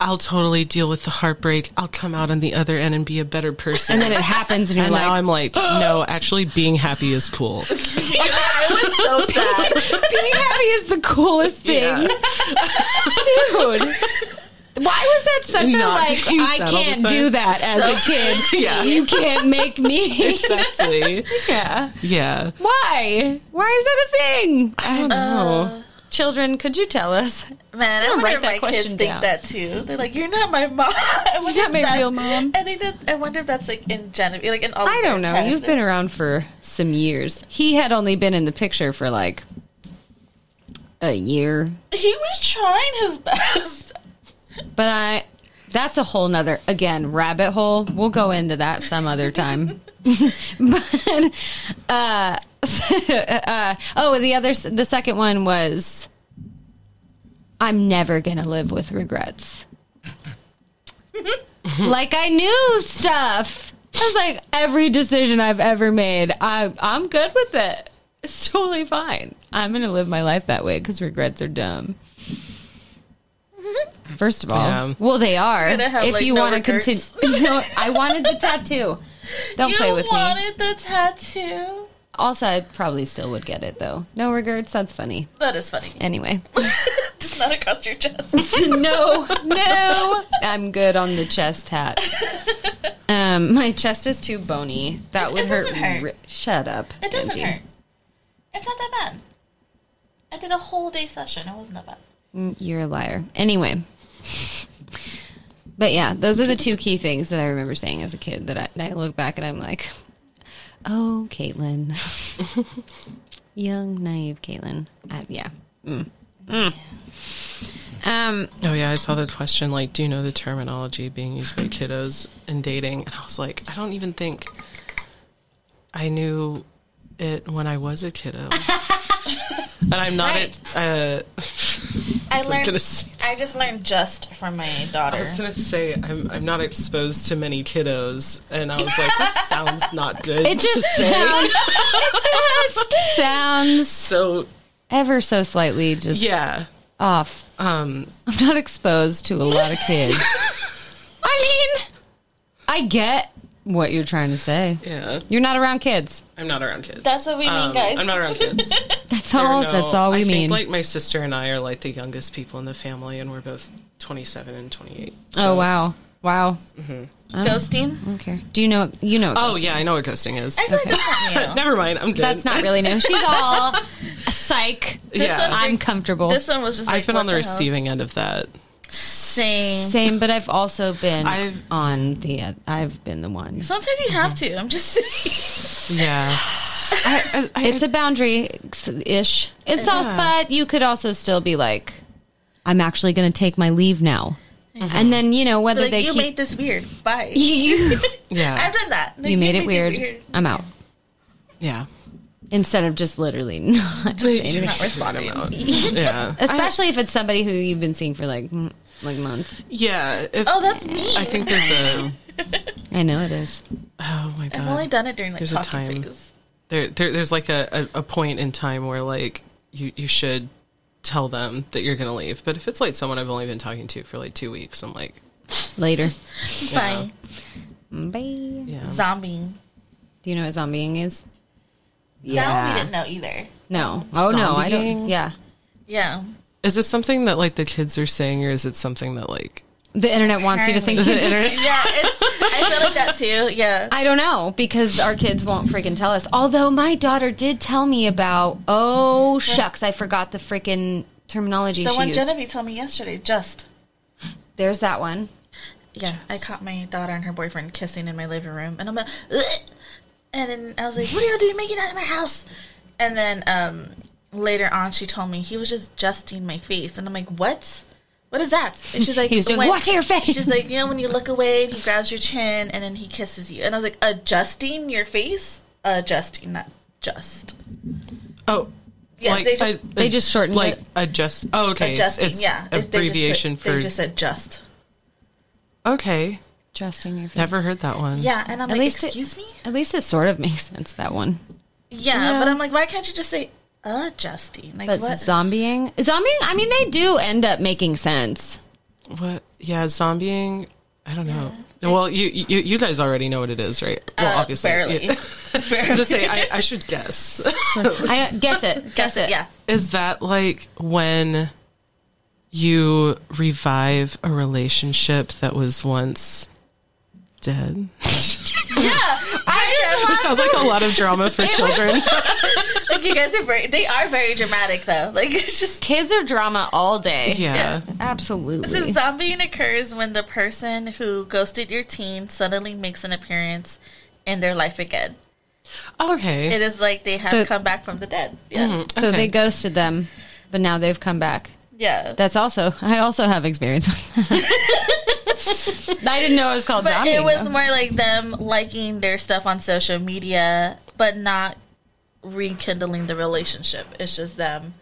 C: I'll totally deal with the heartbreak. I'll come out on the other end and be a better person.
B: and then it happens, and you're
C: And
B: like,
C: now I'm like, no, actually being happy is cool.
A: I was so sad.
B: being happy is the coolest thing,
C: Yeah.
B: dude. Why was that such
C: Not
B: a like?
C: being
B: I
C: sad all the
B: can't
C: time.
B: do that as a kid.
C: Yeah.
B: You can't make me.
C: Exactly.
B: yeah.
C: Yeah.
B: Why? Why is that a thing? Um,
C: I don't know.
B: Children, could you tell us?
A: Man, I
B: I'm gonna
A: wonder
B: write
A: if
B: that
A: my kids
B: question
A: think
B: down.
A: that too. They're like, "You're not my mom." I wonder
B: not
A: if
B: my
A: that's-
B: real mom.
A: I think that I wonder if that's like in Genevieve, like in all.
B: I
A: of
B: don't
A: theirs
B: know. You've been
A: happened.
B: around for some years. He had only been in the picture for like a year,
A: He was trying his best.
B: but I. That's a whole nother, again, rabbit hole. We'll go into that some other time. but, uh, uh, oh, the other, s- the second one was I'm never going to live with regrets. like I knew stuff. I was like, every decision I've ever made, I, I'm good with it. It's totally fine. I'm going to live my life that way because regrets are dumb. First of all,
C: Yeah.
B: well, they are.
A: gonna have,
B: if
A: like,
B: you
A: no
B: want to continue,
A: regrets.
B: no, I wanted the tattoo. Don't
A: you
B: play with me.
A: wanted the tattoo.
B: Also, I probably still would get it though. No regrets. That's funny.
A: That is funny.
B: Anyway,
A: Just not across your chest.
B: no, no, I'm good on the chest hat. Um, my chest is too bony. That
A: It-
B: would
A: it
B: hurt.
A: doesn't hurt.
B: re- Shut up.
A: It doesn't
B: Angie.
A: hurt. It's not that bad. I did a whole day session. It wasn't that bad.
B: Mm, You're a liar. Anyway. But yeah, those are the two key things that I remember saying as a kid that I, that I look back and I'm like, oh, Caitlin. Young, naive Caitlin. I, yeah. Mm. Mm. Um,
C: Oh yeah, I saw the question like, do you know the terminology being used by kiddos in dating? And I was like, I don't even think I knew it when I was a kiddo. and I'm not
B: Right.
C: a, uh,
A: I
C: was
A: learned.
C: gonna say-
A: I just learned just from my
C: I
A: daughter.
C: was gonna say I'm I'm not exposed to many kiddos, and I was like, that sounds not good.
B: it just sounds, it just sounds
C: so
B: ever so slightly just
C: yeah.
B: off.
C: Um,
B: I'm not exposed to a lot of kids. I mean, I get what you're trying to say.
C: yeah,
B: You're not around kids.
C: I'm not around kids.
A: That's what we mean,
C: Um,
A: guys.
C: I'm not around kids.
B: That's
C: There are
B: all.
C: no-
B: that's all we
C: I
B: mean.
C: Think, like my sister and I are like the youngest people in the family, and we're both 27 and 28.
B: oh
C: so-
B: wow, wow.
A: Ghosting.
B: Okay. Do you know? You know?
C: Oh yeah, I know what ghosting is.
A: I feel like that's not new.
C: Never mind, I'm good.
B: That's not really new. She's all a psych.
C: Yeah.
A: one's
B: I'm
A: like-
B: comfortable.
A: This one was just. Like,
C: I've been
A: what
C: on the,
A: hell?
C: receiving end of that.
A: Same.
B: Same, but I've also been
C: I've-
B: on the. oth- I've been the one.
A: Sometimes you have to. I'm just
C: Yeah, I, I, I,
B: It's a boundary ish. It's all, but you could also still be like, I'm actually going to take my leave now, and then you know whether
A: like,
B: they
A: you
B: keep.
A: made this weird. Bye.
B: you
A: I've
C: yeah,
A: done that. Like,
B: made it weird. I'm out.
C: yeah.
B: Instead of just literally not saying anything.
A: Not responding.
C: I'm out. yeah,
B: Especially if it's somebody who you've been seeing for like mm, like months.
C: yeah. If,
A: Oh, that's me.
C: I think there's a.
B: I know it is.
C: Oh my
A: I've only
C: god.
A: done it during like
C: There's a
A: talking
C: time.
A: phase.
C: There, there, there's like a, a, a point in time where like you you should tell them that you're gonna leave. But if it's like someone I've only been talking to for like two weeks, I'm like,
B: Later.
A: Bye.
B: Bye. Do
C: yeah.
A: Zombie.
B: you know what zombieing is?
A: That one we didn't know either.
B: No. Oh no, I don't.
C: Zombieing?
B: Yeah.
A: Yeah.
C: Is this something that like the kids are saying, or is it something that like
B: The internet wants you to think.
A: Apparently.
B: kids are-
A: yeah, it's, I feel like that too. Yeah.
B: I don't know because our kids won't freaking tell us. Although my daughter did tell me about. Oh shucks, I forgot the freaking terminology
A: The
B: she
A: one
B: used.
A: Genevieve told me yesterday, just.
B: There's that one.
A: Yeah, I caught my daughter and her boyfriend kissing in my living room, and I'm like, "Ugh." and then I was like, "What are y'all doing making out of my house?" And then um, later on, she told me he was just justing my face, and I'm like, "What? What is that?" And she's like,
B: He was doing
A: "When-"
B: what to your face?
A: She's like, "You know, when you look away, and he grabs your chin, and then he kisses you." And I was like, "Adjusting your face, adjusting, not just."
C: oh
A: Yeah, they just-
B: They just shortened
C: like
B: it.
C: adjust. Oh, okay, it's,
A: Adjusting,
C: it's
A: yeah. They just put-
C: abbreviation
A: They
C: for
A: just said just.
C: okay.
B: Trusting your. Face.
C: Never heard that one.
A: Yeah, and I'm
B: At
A: like,
B: least it-
A: "Excuse me."
B: At least it sort of makes sense that one.
A: Yeah,
C: Yeah.
A: but I'm like, why can't you just say adjusting? Like
B: But
A: what?
B: zombieing, zombieing. I mean, they do end up making sense.
C: What? Yeah, zombieing. I don't know. Well, you, you you guys already know what it is, right? Well,
A: Uh,
C: obviously.
A: barely.
C: Yeah. just say I, I should guess.
B: I don't- guess it. Guess it.
A: Yeah.
C: Is that like when you revive a relationship that was once dead?
B: I
C: Which sounds like a lot of drama for children.
A: Like you guys are very they are very dramatic though. Like it's just
B: Kids are drama all day.
C: yeah.
A: so
B: Absolutely.
A: zombieing occurs when the person who ghosted your teen suddenly makes an appearance in their life again.
C: Okay. Mm-hmm.
A: It is like they have
B: So- Mm.
A: come back from the dead. Yeah.
B: So
C: Okay.
B: they ghosted them, but now they've come back.
A: Yeah.
B: That's also I also have experience with that. I didn't know it was called
A: but
B: zombie.
A: it was
B: though.
A: more like them liking their stuff on social media but not rekindling the relationship. It's just them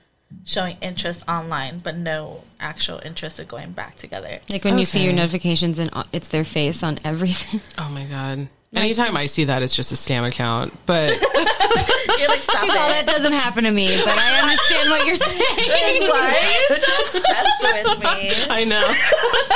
A: showing interest online but no actual interest of going back together.
B: like when you see your
C: Okay.
B: notifications and uh, it's their face on everything.
C: Oh my god. Anytime I see that, it's just a scam account. But
A: You're like, stop
B: All
A: it.
B: that doesn't happen to me, but I understand what you're saying.
A: Why are you so obsessed with me?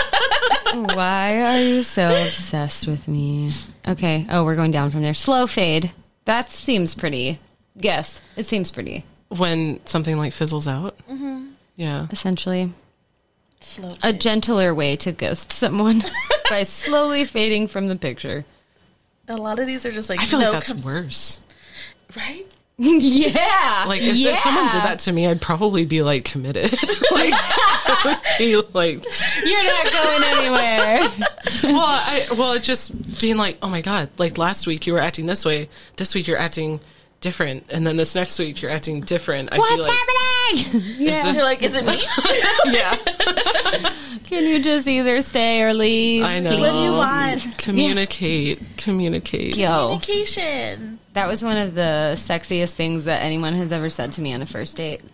C: I know.
B: Why are you so obsessed with me? Okay. Oh, we're going down from there. Slow fade. That seems pretty. Yes, it seems pretty.
C: When something like fizzles out. Mm-hmm. Yeah.
B: Essentially,
A: Slow
B: a gentler way to ghost someone by slowly fading from the picture.
A: A lot of these are just like
C: I feel
A: no,
C: like that's
A: com-
C: worse.
A: right.
B: yeah.
C: Like if, if someone did that to me, I'd probably be like committed. like, I would be like,
B: you're not going anywhere.
C: well, I, well, it just being like, oh my god, like last week you were acting this way, this week you're acting different, and then this next week you're acting different. I'd
B: What's
C: be like,
B: happening?
C: is
B: Yeah.
C: this-
A: You're like, is it me?
C: yeah,
B: Can you just either stay or leave?
C: I know.
A: what do you want?
C: Communicate, communicate.
B: Yo,
A: Communication.
B: that was one of the sexiest things that anyone has ever said to me on a first date. Is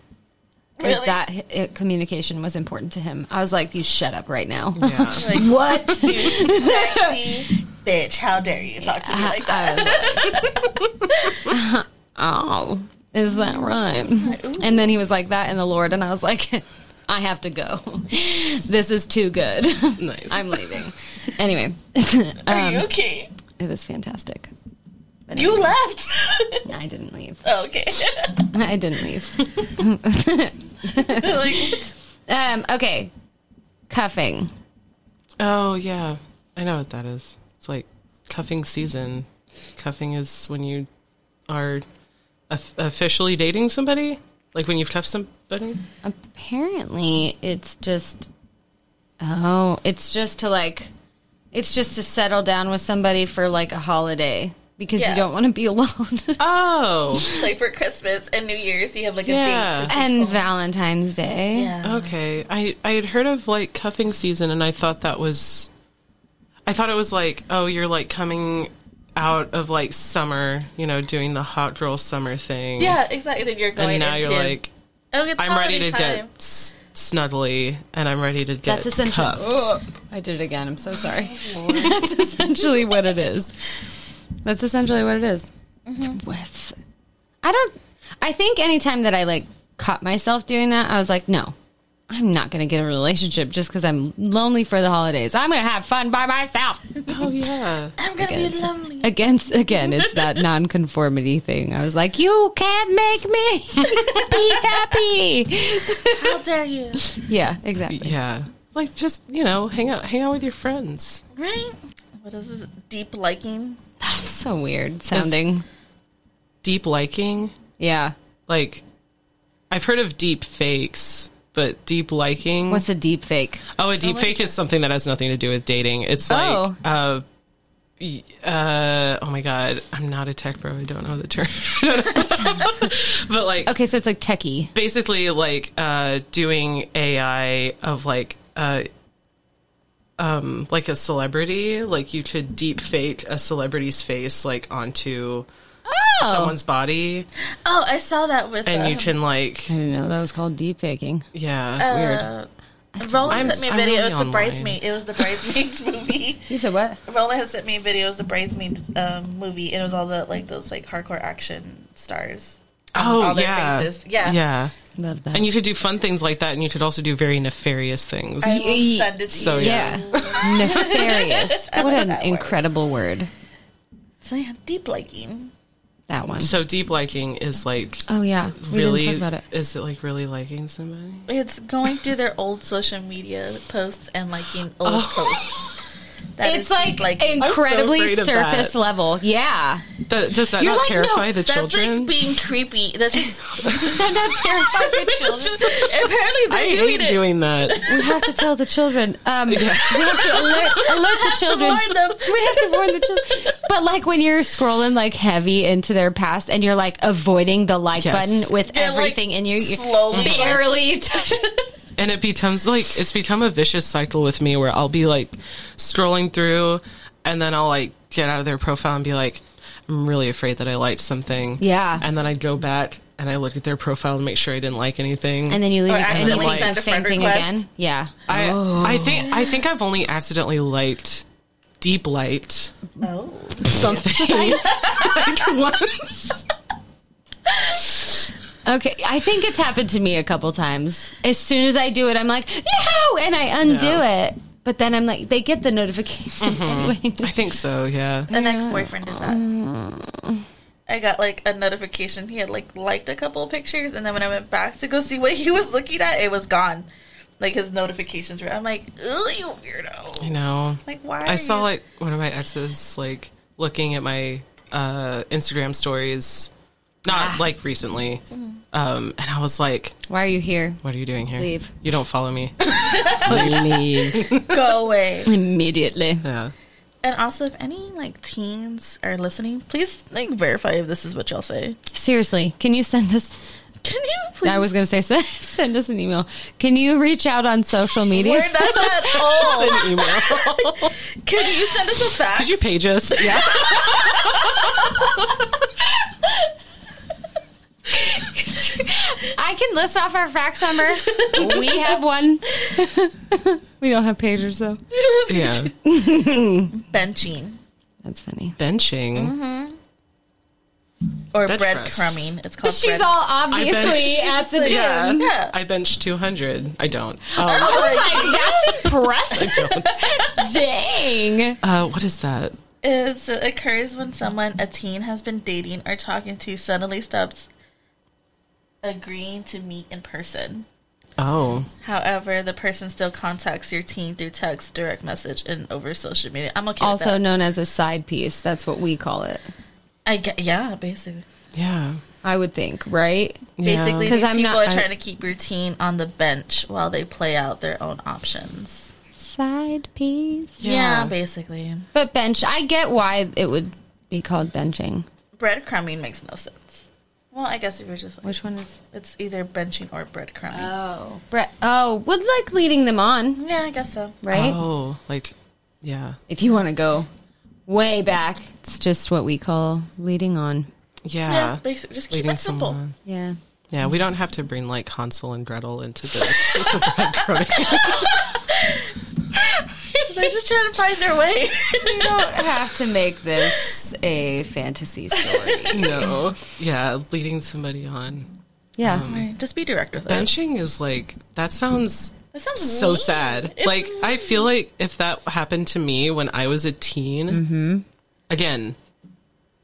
A: Really?
B: that hi- it, communication was important to him? I was like, you shut up right now.
C: Yeah.
A: Like,
B: What?
A: you sexy bitch? How dare you talk to me like that?
B: oh, is that right? And then he was like that in the Lord, and I was like, I have to go. This is too good.
C: Nice.
B: I'm leaving. Anyway, um,
A: Are
C: Um,
A: you okay?
B: it was fantastic.
A: You left.
B: I didn't leave.
A: oh, okay.
B: I didn't leave.
A: like, what's-
B: Um, okay, cuffing.
C: Oh yeah, I know what that is. It's like cuffing season. Cuffing is when you are of- officially dating somebody, like when you've cuffed somebody.
B: Apparently, it's just oh, it's just to like, it's just to settle down with somebody for like a holiday because
A: Yeah.
B: you don't want to be alone.
C: Oh,
A: like for Christmas and New Year's, you have like a
C: Yeah.
A: date. to-
B: and Valentine's Day.
A: yeah.
C: okay. I I had heard of like cuffing season, and I thought that was, I thought it was like, oh, you're like coming out of like summer, you know, doing the hot girl summer thing.
A: Yeah, exactly. Then you're going.
C: and now
A: into,
C: you're like,
A: oh, it's
C: I'm ready to
A: holiday
C: get
A: time.
C: s- snuggly, and I'm ready to get
B: That's essentially.
C: cuffed.
B: Ugh. I did it again. I'm so sorry. That's essentially what it is. That's essentially what it is.
C: Mm-hmm.
B: It's- it's- I don't. I think anytime that I like caught myself doing that, I was like, no, I'm not going to get a relationship just because I'm lonely for the holidays. I'm going to have fun by myself.
C: Oh yeah.
A: I'm gonna be
B: Against-
A: lonely.
B: Against again, it's that nonconformity thing. I was like, you can't make me be happy.
A: How dare you?
B: Yeah, exactly.
C: Yeah. Like just, you know, hang out hang out with your friends.
A: Right? What is this? Deep liking?
B: So weird sounding.
C: Deep liking.
B: Yeah.
C: Like I've heard of deep fakes, but deep liking
B: What's a deep fake?
C: Oh, a deep fake is something that has nothing to do with dating. It's like
B: Oh.
C: uh y- uh, oh my god, I'm not a tech bro. I don't know the term. but like
B: Okay, so it's like techie.
C: basically like uh, doing AI of like uh, um, like a celebrity. Like you could deep fake a celebrity's face like onto
B: Oh,
C: someone's body,
A: Oh, I saw that with
C: and you
A: um,
C: can like
B: I didn't know that was called deep faking. Um,
C: yeah.
B: weird.
A: Uh, Roland
C: I'm-
A: sent me a
C: I'm
A: video.
C: really
A: it's
C: online.
A: a bridesmaid. It was the bridesmaids movie.
B: You said what?
A: Roland has sent me a video. It was the bridesmaid um, movie, and it was all the like those like hardcore action stars. Um,
C: oh
A: all their
C: yeah.
A: faces. Yeah.
C: yeah.
B: Love that.
C: And you could do fun things like that, and you could also do very nefarious things.
A: I
B: Ye-
A: will send it to
C: so,
A: you.
B: yeah. Nefarious.
A: I
B: What
A: like
B: an
A: that word.
B: incredible word.
A: So yeah, deep liking.
B: That one.
C: So deep liking is like
B: Oh yeah. We
C: really
B: didn't talk about it.
C: is it like really liking somebody?
A: It's going through their old social media posts and liking old
C: Oh,
B: Oh.
A: posts. That
B: It's
A: is
B: like
A: deep liking.
B: incredibly
C: afraid of that.
B: surface level. Yeah.
C: Th- does that
B: You're like,
C: not
B: no,
C: terrify the
A: That's
C: children?
A: like being creepy. That's just
B: Send out terrified children.
A: apparently
C: I
A: they're doing
C: hate
A: it.
C: doing that.
B: We have to tell the children. Um, We have to alert, alert the children.
A: warn them.
B: We have to warn the children. But like when you're scrolling like heavy into their past and you're like avoiding the like
C: Yes.
B: button with
A: They're, like,
B: everything in you, you
A: slowly
B: barely touch
C: and it becomes like it's become a vicious cycle with me where I'll be like scrolling through and then I'll like get out of their profile and be like I'm really afraid that I liked something.
B: Yeah.
C: And then I go back and I look at their profile to make sure I didn't like anything.
B: And then you leave
A: Or
B: again and you
A: accidentally
B: do
A: send
B: the
A: a
B: same
A: friend
B: thing
A: request.
B: again. Yeah.
C: I
B: Oh.
C: I think I think I've only accidentally liked deep liked
A: Oh,
C: something like once.
B: Okay, I think it's happened to me a couple times. As soon as I do it, I'm like, no, and I undo
C: No.
B: it. But then I'm like, they get the notification anyway.
C: Mm-hmm. I think so, yeah.
A: an ex-boyfriend did that. I got like a notification. He had like liked a couple of pictures, and then when I went back to go see what he was looking at, it was gone. Like his notifications were. I'm like, ooh, you
C: You
A: weirdo.
C: know.
A: Like why?
C: I
A: are
C: saw
A: you-
C: like one of my exes like looking at my uh, Instagram stories, not
B: Ah.
C: like recently, um, and I was like,
B: Why are you here?
C: "What are you doing here?
B: Leave.
C: You don't follow me."
B: Leave
A: go away.
B: immediately.
C: yeah,
A: And also, if any like teens are listening, please like verify if this is what y'all say.
B: Seriously, can you send us?
A: Can you please?
B: I was going to say send, send us an email. Can you reach out on social
A: We're
B: media?
A: not that
C: an email.
A: old. Can you send us a fax?
C: Did you page us? Yeah,
B: I can list off our fax number. we have one. we don't have pagers though.
C: yeah.
A: benching
B: That's funny.
C: Benching.
A: or
C: Bench press.
A: breadcrumbing? It's called.
B: But she's
A: bread-
B: all
C: bet
B: obviously
C: she's
B: at the gym.
C: Yeah.
A: Yeah.
C: I bench two hundred. I don't.
B: Oh.
C: Um,
B: I was like, that's impressive.
C: don't.
B: Dang.
C: Uh, what is that?
A: is it occurs when someone a teen has been dating or talking to suddenly stops agreeing to meet in person.
C: Oh,
A: However, the person still contacts your teen through text, direct message, and over social media. I'm okay
B: Also
A: with that.
B: known as a side piece. That's what we call it.
A: I get, yeah, basically.
C: yeah.
B: I would think, right?
C: Yeah.
A: Basically,
B: 'Cause
A: these
B: I'm
A: people
B: not-
A: are
B: I-
A: trying to keep your teen on the bench while they play out their own options.
B: Side piece.
A: Yeah,
C: Yeah.
A: basically.
B: But bench, I get why it would be called benching.
A: Breadcrumbing makes no sense. Well, I guess if you're just like,
B: Which one is?
A: it's either benching or breadcrumbing.
B: Oh, Brett. Oh, would like leading them on,
A: yeah, I guess so.
B: right?
C: Oh, like, yeah,
B: If you want to go way back, it's just what we call leading on.
C: yeah.
A: Yeah, basically, just keep
C: Leading
A: it simple.
C: someone.
B: Yeah.
C: Yeah, we don't have to bring like Hansel and Gretel into this. with the breadcrumbing.
A: They're just trying to find their way.
B: You don't have to make this a fantasy story.
C: no. Yeah, leading somebody on.
B: Yeah.
A: Right, Just be direct with it.
C: Benching is like that sounds
A: That sounds
C: so
A: mean.
C: sad.
A: It's
C: like I feel like if that happened to me when I was a teen, again,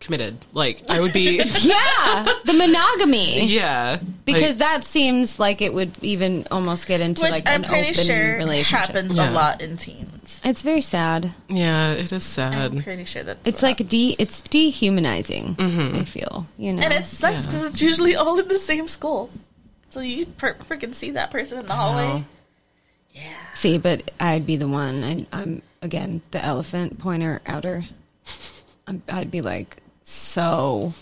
C: committed. Like I would be,
B: yeah. The monogamy.
C: yeah,
B: Because
C: like,
B: that seems like it would even almost get into
A: Which
B: like
A: I'm
B: an
A: pretty
B: open
A: sure
B: relationship.
A: happens
C: Yeah.
A: a lot in teens.
B: It's very sad.
C: yeah, it is
A: I'm
C: sad.
A: pretty sure that's
B: It's
A: what
B: like de it's dehumanizing. I feel you know.
A: And it sucks
C: Yeah.
A: because it's usually all in the same school. So you per- freaking see that person in the hallway. Yeah.
B: See, but I'd be the one. I, I'm again the elephant pointer outer. I'm, I'd be like, so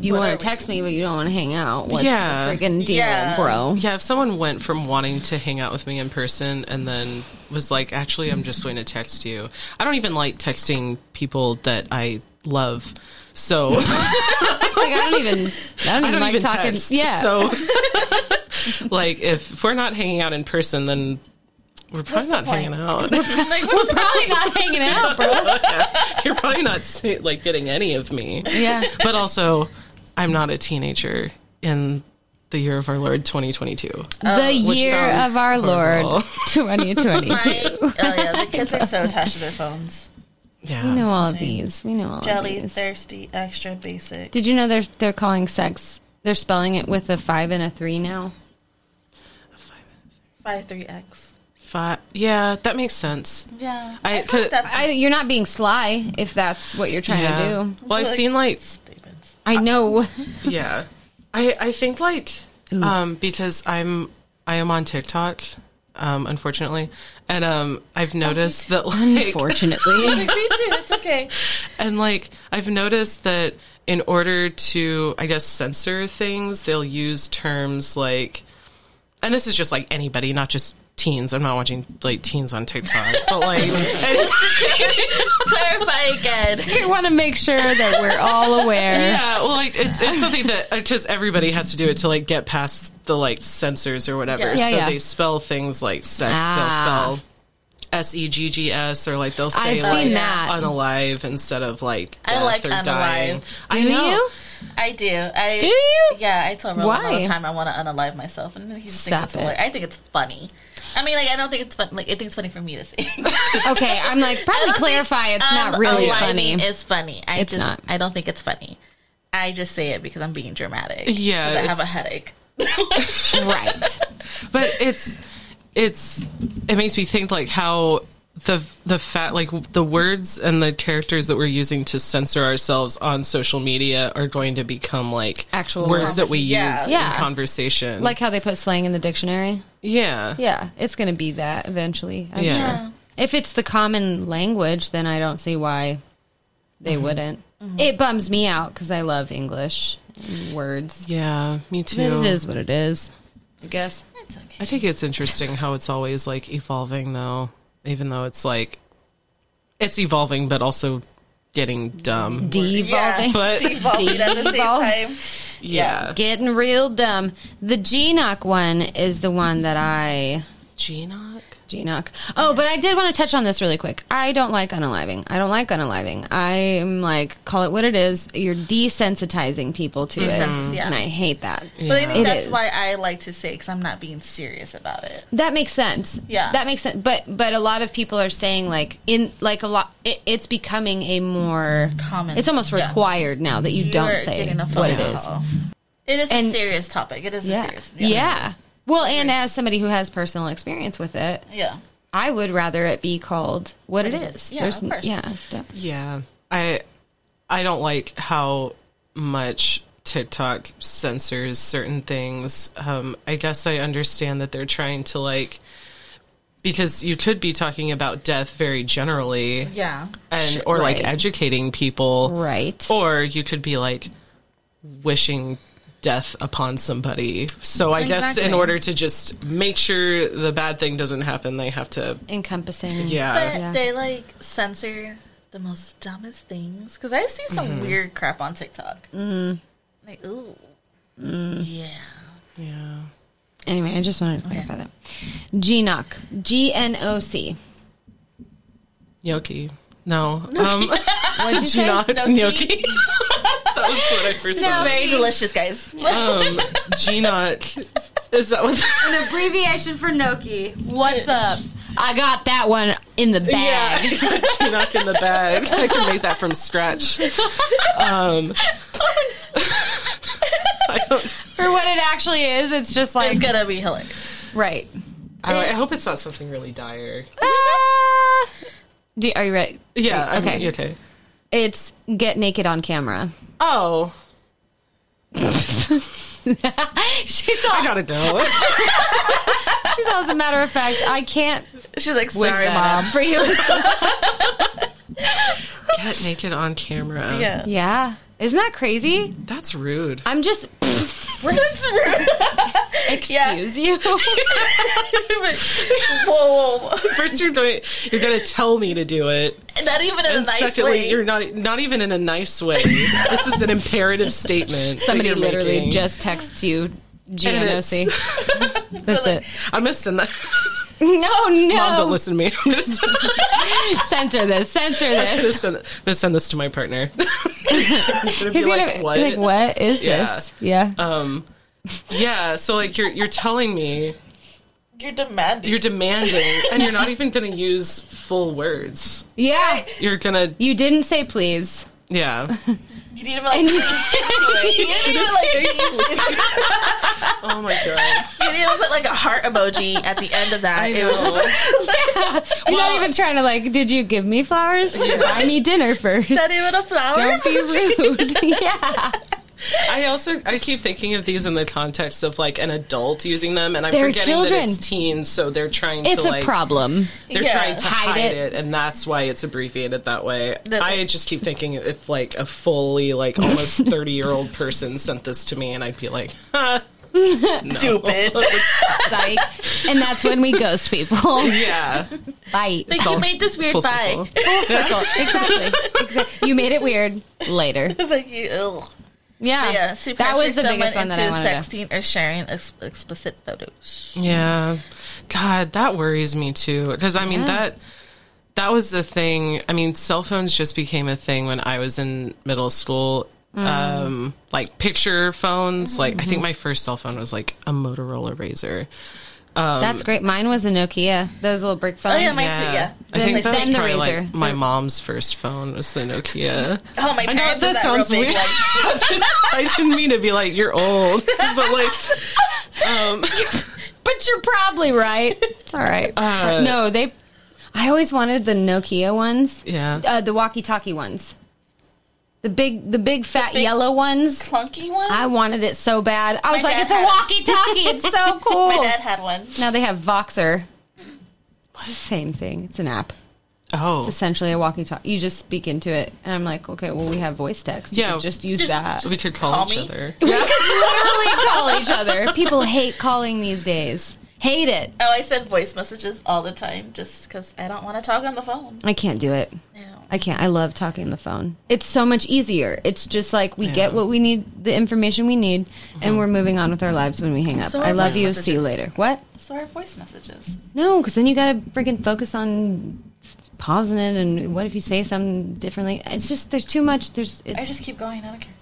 B: you
A: What
B: want
A: are
B: to text me, but you don't want to hang out. What's
C: Yeah.
B: the freaking deal,
A: Yeah.
B: bro?
C: Yeah, if someone went from wanting to hang out with me in person and then was like, actually, I'm just going to text you. I don't even like texting people that I love. So I
B: It's like I don't even. I don't even
C: don't
B: like
C: even
B: talking.
C: text.
B: yeah.
C: So, like, if, if we're not hanging out in person, then we're probably
A: What's the
C: not hanging
A: point?
C: out.
A: Like, what the-
B: Probably not hanging out, bro.
C: You're probably not see- like getting any of me.
B: Yeah.
C: But also, I'm not a teenager in the year of our Lord 2022.
B: the year
C: Oh, sounds
B: of our Lord
C: horrible.
B: 2022.
A: my, oh, yeah. The kids are so attached to their phones.
C: Yeah.
B: We know all of
A: insane.
B: these. We know all
A: Jelly,
B: of these.
A: thirsty, extra, basic.
B: Did you know they're they're calling sex? They're spelling it with a five and a three now.
A: Five three x
C: Fi Yeah, that makes sense.
A: Yeah.
C: I-
A: feel
C: to-
A: like that's
B: I, you're not being sly if that's what you're trying
C: yeah.
B: to do.
C: Well, I've seen like
A: stupid.
B: I know.
C: yeah, I I think like um because I'm I am on TikTok, um unfortunately, and um I've
B: Oh,
C: noticed that like
B: Fortunately,
A: Me too. It's okay.
C: and like I've noticed that in order to I guess censor things, they'll use terms like, and this is just like anybody, not just teens. I'm not watching like teens on TikTok, but like.
A: Clarify again.
B: we want to make sure that we're all aware.
C: Yeah, well, like it's it's something that because everybody has to do it to like get past the like censors or whatever.
A: Yeah.
B: Yeah,
C: so
B: yeah.
C: they spell things like sex.
B: Ah.
C: They'll spell S E G G S or like they'll say
B: I've
C: like uh,
B: seen that.
C: unalive instead of like death
A: I like
C: or
A: unalive.
C: dying. I
B: Do
C: know.
B: you?
A: I do. I
B: Do you?
A: Yeah, I tell Roland all
B: Why?
A: the time I want to unalive myself, and he just
B: Stop
A: thinks it's
B: it.
A: hilarious. I think it's funny. I mean, like I don't think it's fun. Like I think it's funny for me to say.
B: Okay, I'm like probably clarify. It's not really funny.
A: It's funny. I
B: It's
A: just,
B: not.
A: I don't think it's funny. I just say it because I'm being dramatic.
C: Yeah,
A: 'Cause I have a
C: it's-
A: headache.
B: right.
C: but it's it's it makes me think like how the the fat like the words and the characters that we're using to censor ourselves on social media are going to become like
B: Actual
C: words
B: words.
C: that we
A: Yeah.
C: use
B: Yeah.
C: in conversation
B: Like how they put slang in the dictionary.
C: yeah
B: Yeah, it's going to be that eventually. I'm
C: Yeah.
B: sure.
A: Yeah.
B: If it's the common language, then I don't see why they
C: Mm-hmm.
B: wouldn't. It bums me out because I love English and words.
C: yeah me too
B: But it is what it is, I guess.
A: It's okay.
C: i think it's interesting how it's always like evolving though even though it's like it's evolving but also getting dumb
B: Devolving.
C: but
A: Devolving at the same
B: Devolve.
A: time.
C: yeah
B: Getting real dumb. The GNOC one is the one that I.
C: genoc
B: GNOC. Oh, but I did want to touch on this really quick. I don't like unaliving. I don't like unaliving. I'm like, call it what it is. You're desensitizing people to
A: Desensi-
B: it.
A: yeah.
B: And I hate that.
A: But I think
B: It
A: that's
B: is.
A: why I like to say because I'm not being serious about it.
B: That makes sense.
A: Yeah.
B: that makes sense. But but a lot of people are saying like in like a lot. It, it's becoming a more
A: Common,
B: It's almost
A: yeah.
B: required now that you, don't
A: You're
B: say
A: getting a
B: what it
A: phone
B: is.
A: call. It is a
B: And-
A: serious topic. It is a
B: Yeah.
A: serious.
B: yeah, Well, and as somebody who has personal experience with it,
A: Yeah.
B: I would rather it be called what it is.
A: Yeah,
B: There's
A: of
B: n-
A: course.
B: yeah. don't-
C: Yeah. I I don't like how much TikTok censors certain things. Um I guess I understand that they're trying to like because you could be talking about death very generally
A: Yeah.
C: and
B: Sure,
C: or like
B: right.
C: educating people
B: Right.
C: or you could be like wishing death upon somebody. So I guess in
A: Exactly.
C: order to just make sure the bad thing doesn't happen, they have to
B: Encompassing.
C: Uh, yeah.
A: But
B: Yeah.
A: they like censor the most dumbest things because I've seen some
C: Mm-hmm.
A: weird crap on TikTok. Mm. Like ooh,
C: Mm.
A: yeah,
C: yeah.
B: Anyway, I just wanted to clarify that. GNOC. G N O C.
C: Yoki. No. Um
B: What'd you say?
C: Not Um, gnocchi. That's what I first
A: It's
B: No.
C: saw.
A: very delicious, guys.
C: Um, Gina, is that what?
B: An abbreviation for Noki. What's up? I got that one in the
C: Yeah,
B: bag.
C: Gina in the bag. I can make that from scratch. Um, I don't.
B: For what it actually is, it's just like
A: It's gonna be hilarious.
B: right.
C: I, I hope it's not something really dire.
B: Ah! Do, are you ready?
C: Yeah. I'm,
B: Okay.
C: okay. Okay.
B: It's get naked on camera.
C: Oh,
B: She's all,
C: I gotta go.
B: she's all, as a matter of fact, I can't
A: She's like,
C: Wake
A: sorry,
C: that
A: mom.
B: for you. I'm so sorry.
C: Get naked on camera.
A: Yeah.
B: yeah. Isn't that crazy?
C: That's rude.
B: I'm just
A: That's rude.
B: excuse you.
A: But- whoa, whoa, whoa.
C: First, you're doing. You're gonna tell me to do it.
A: Not even in a
C: And
A: nice
C: secondly,
A: way.
C: you're not not even in a nice way. this is an imperative statement. that
B: Somebody
C: you're
B: literally
C: making.
B: just texts you,
C: And
B: Gianosi.
C: it's-
B: That's it.
C: I'm gonna send that.
B: No,
C: Mom, don't
B: no.
C: listen to me. I'm just
B: Censor this. Censor
C: I'm gonna
B: this.
C: send, I'm gonna send this to my partner. He's gonna be
B: He's gonna
C: like,
B: be
C: what?
B: like, "What is
C: Yeah.
B: this?" Yeah.
C: Um, yeah. So like, you're you're telling me
A: You're demanding.
C: you're demanding, and you're not even gonna use full words.
B: yeah.
C: You're gonna,
B: You didn't say please.
C: yeah.
A: You need to be like, you need to be like,
C: Oh my god.
A: you need to put like a heart emoji at the end of that. It was just like,
B: You're not
C: Well-
B: even trying to like. Did you give me flowers? Buy me dinner first.
A: not even a flower.
B: Don't be rude. yeah.
C: I also I keep thinking of these in the context of like an adult using them, and I'm
B: They're
C: forgetting that
B: children.
C: it's teens, so they're trying
B: It's
C: to
B: a
C: like
B: problem.
C: they're
A: Yeah.
C: trying to
B: Hide
C: hide,
B: it.
C: it. and that's why it's abbreviated that way.
A: That-
C: I just keep thinking if like a fully like almost thirty year old person sent this to me, and I'd be like, huh, no.
A: Stupid.
B: Psych. and that's when we ghost people.
C: Yeah,
B: Bite.
A: Like, you
C: all
A: made this weird
C: full
A: bye.
C: circle.
B: Full circle. Exactly. exactly. You made it weird later.
A: It's like you, ugh.
B: Yeah.
A: Yeah, so you
B: that
A: pressure
B: was the
A: someone
B: biggest one that
A: into
B: I wanted. to-
A: sexting or sharing ex- explicit photos.
C: Yeah. God, that worries me too. Because I mean
B: Yeah.
C: that that was the thing. I mean, cell phones just became a thing when I was in middle school.
A: Mm.
C: Um, like picture phones.
A: Mm-hmm.
C: Like I think my first cell phone was like a Motorola Razor.
B: That's great. Mine was a Nokia. Those little brick phones.
A: Oh yeah, mine too. Yeah.
C: I think
A: Then
C: that was
A: the
C: probably
B: Razor.
C: like my mom's first phone was the Nokia.
A: Oh my
C: I know
A: parents
C: that
A: was
C: sounds
A: real
C: weird.
A: big, like,
C: I didn't- I didn't mean to be like you're old, but like um,
B: But you're probably right. It's all right.
C: Uh,
B: no, they. I always wanted the Nokia ones,
C: yeah.
B: uh, the walkie-talkie ones, the big, the big fat
A: big-
B: yellow ones.
A: clunky one.
B: I wanted it so bad. I was
A: My
B: like,
A: dad
B: it's a
A: had-
B: walkie-talkie. it's so cool.
A: my dad had one.
B: Now they have Voxer. It's the same thing. It's an app.
C: Oh,
B: Essentially, a walkie-talkie. You just speak into it, and I'm like, okay, well, we have voice text. We
C: Yeah.
B: could just use
A: Just-
B: that.
C: we could call,
A: Call
C: each
A: me?
C: other.
B: We could literally call each other. People hate calling these days. Hate it.
A: Oh, I send voice messages all the time just because I don't want to talk on the phone.
B: I can't do it.
A: No.
B: I can't. I love talking on the phone. It's so much easier. It's just like we
C: Yeah.
B: get what we need, the information we need, and we're moving on with our lives when we hang up.
A: So
B: I
A: are
B: love
A: voice
B: you. See you
A: messages.
B: later. What?
A: So our voice messages.
B: No, because then you got to freaking focus on pausing it. And what if you say something differently? It's just there's too much. There's it's,
A: I
B: I,
A: just keep going. I don't care.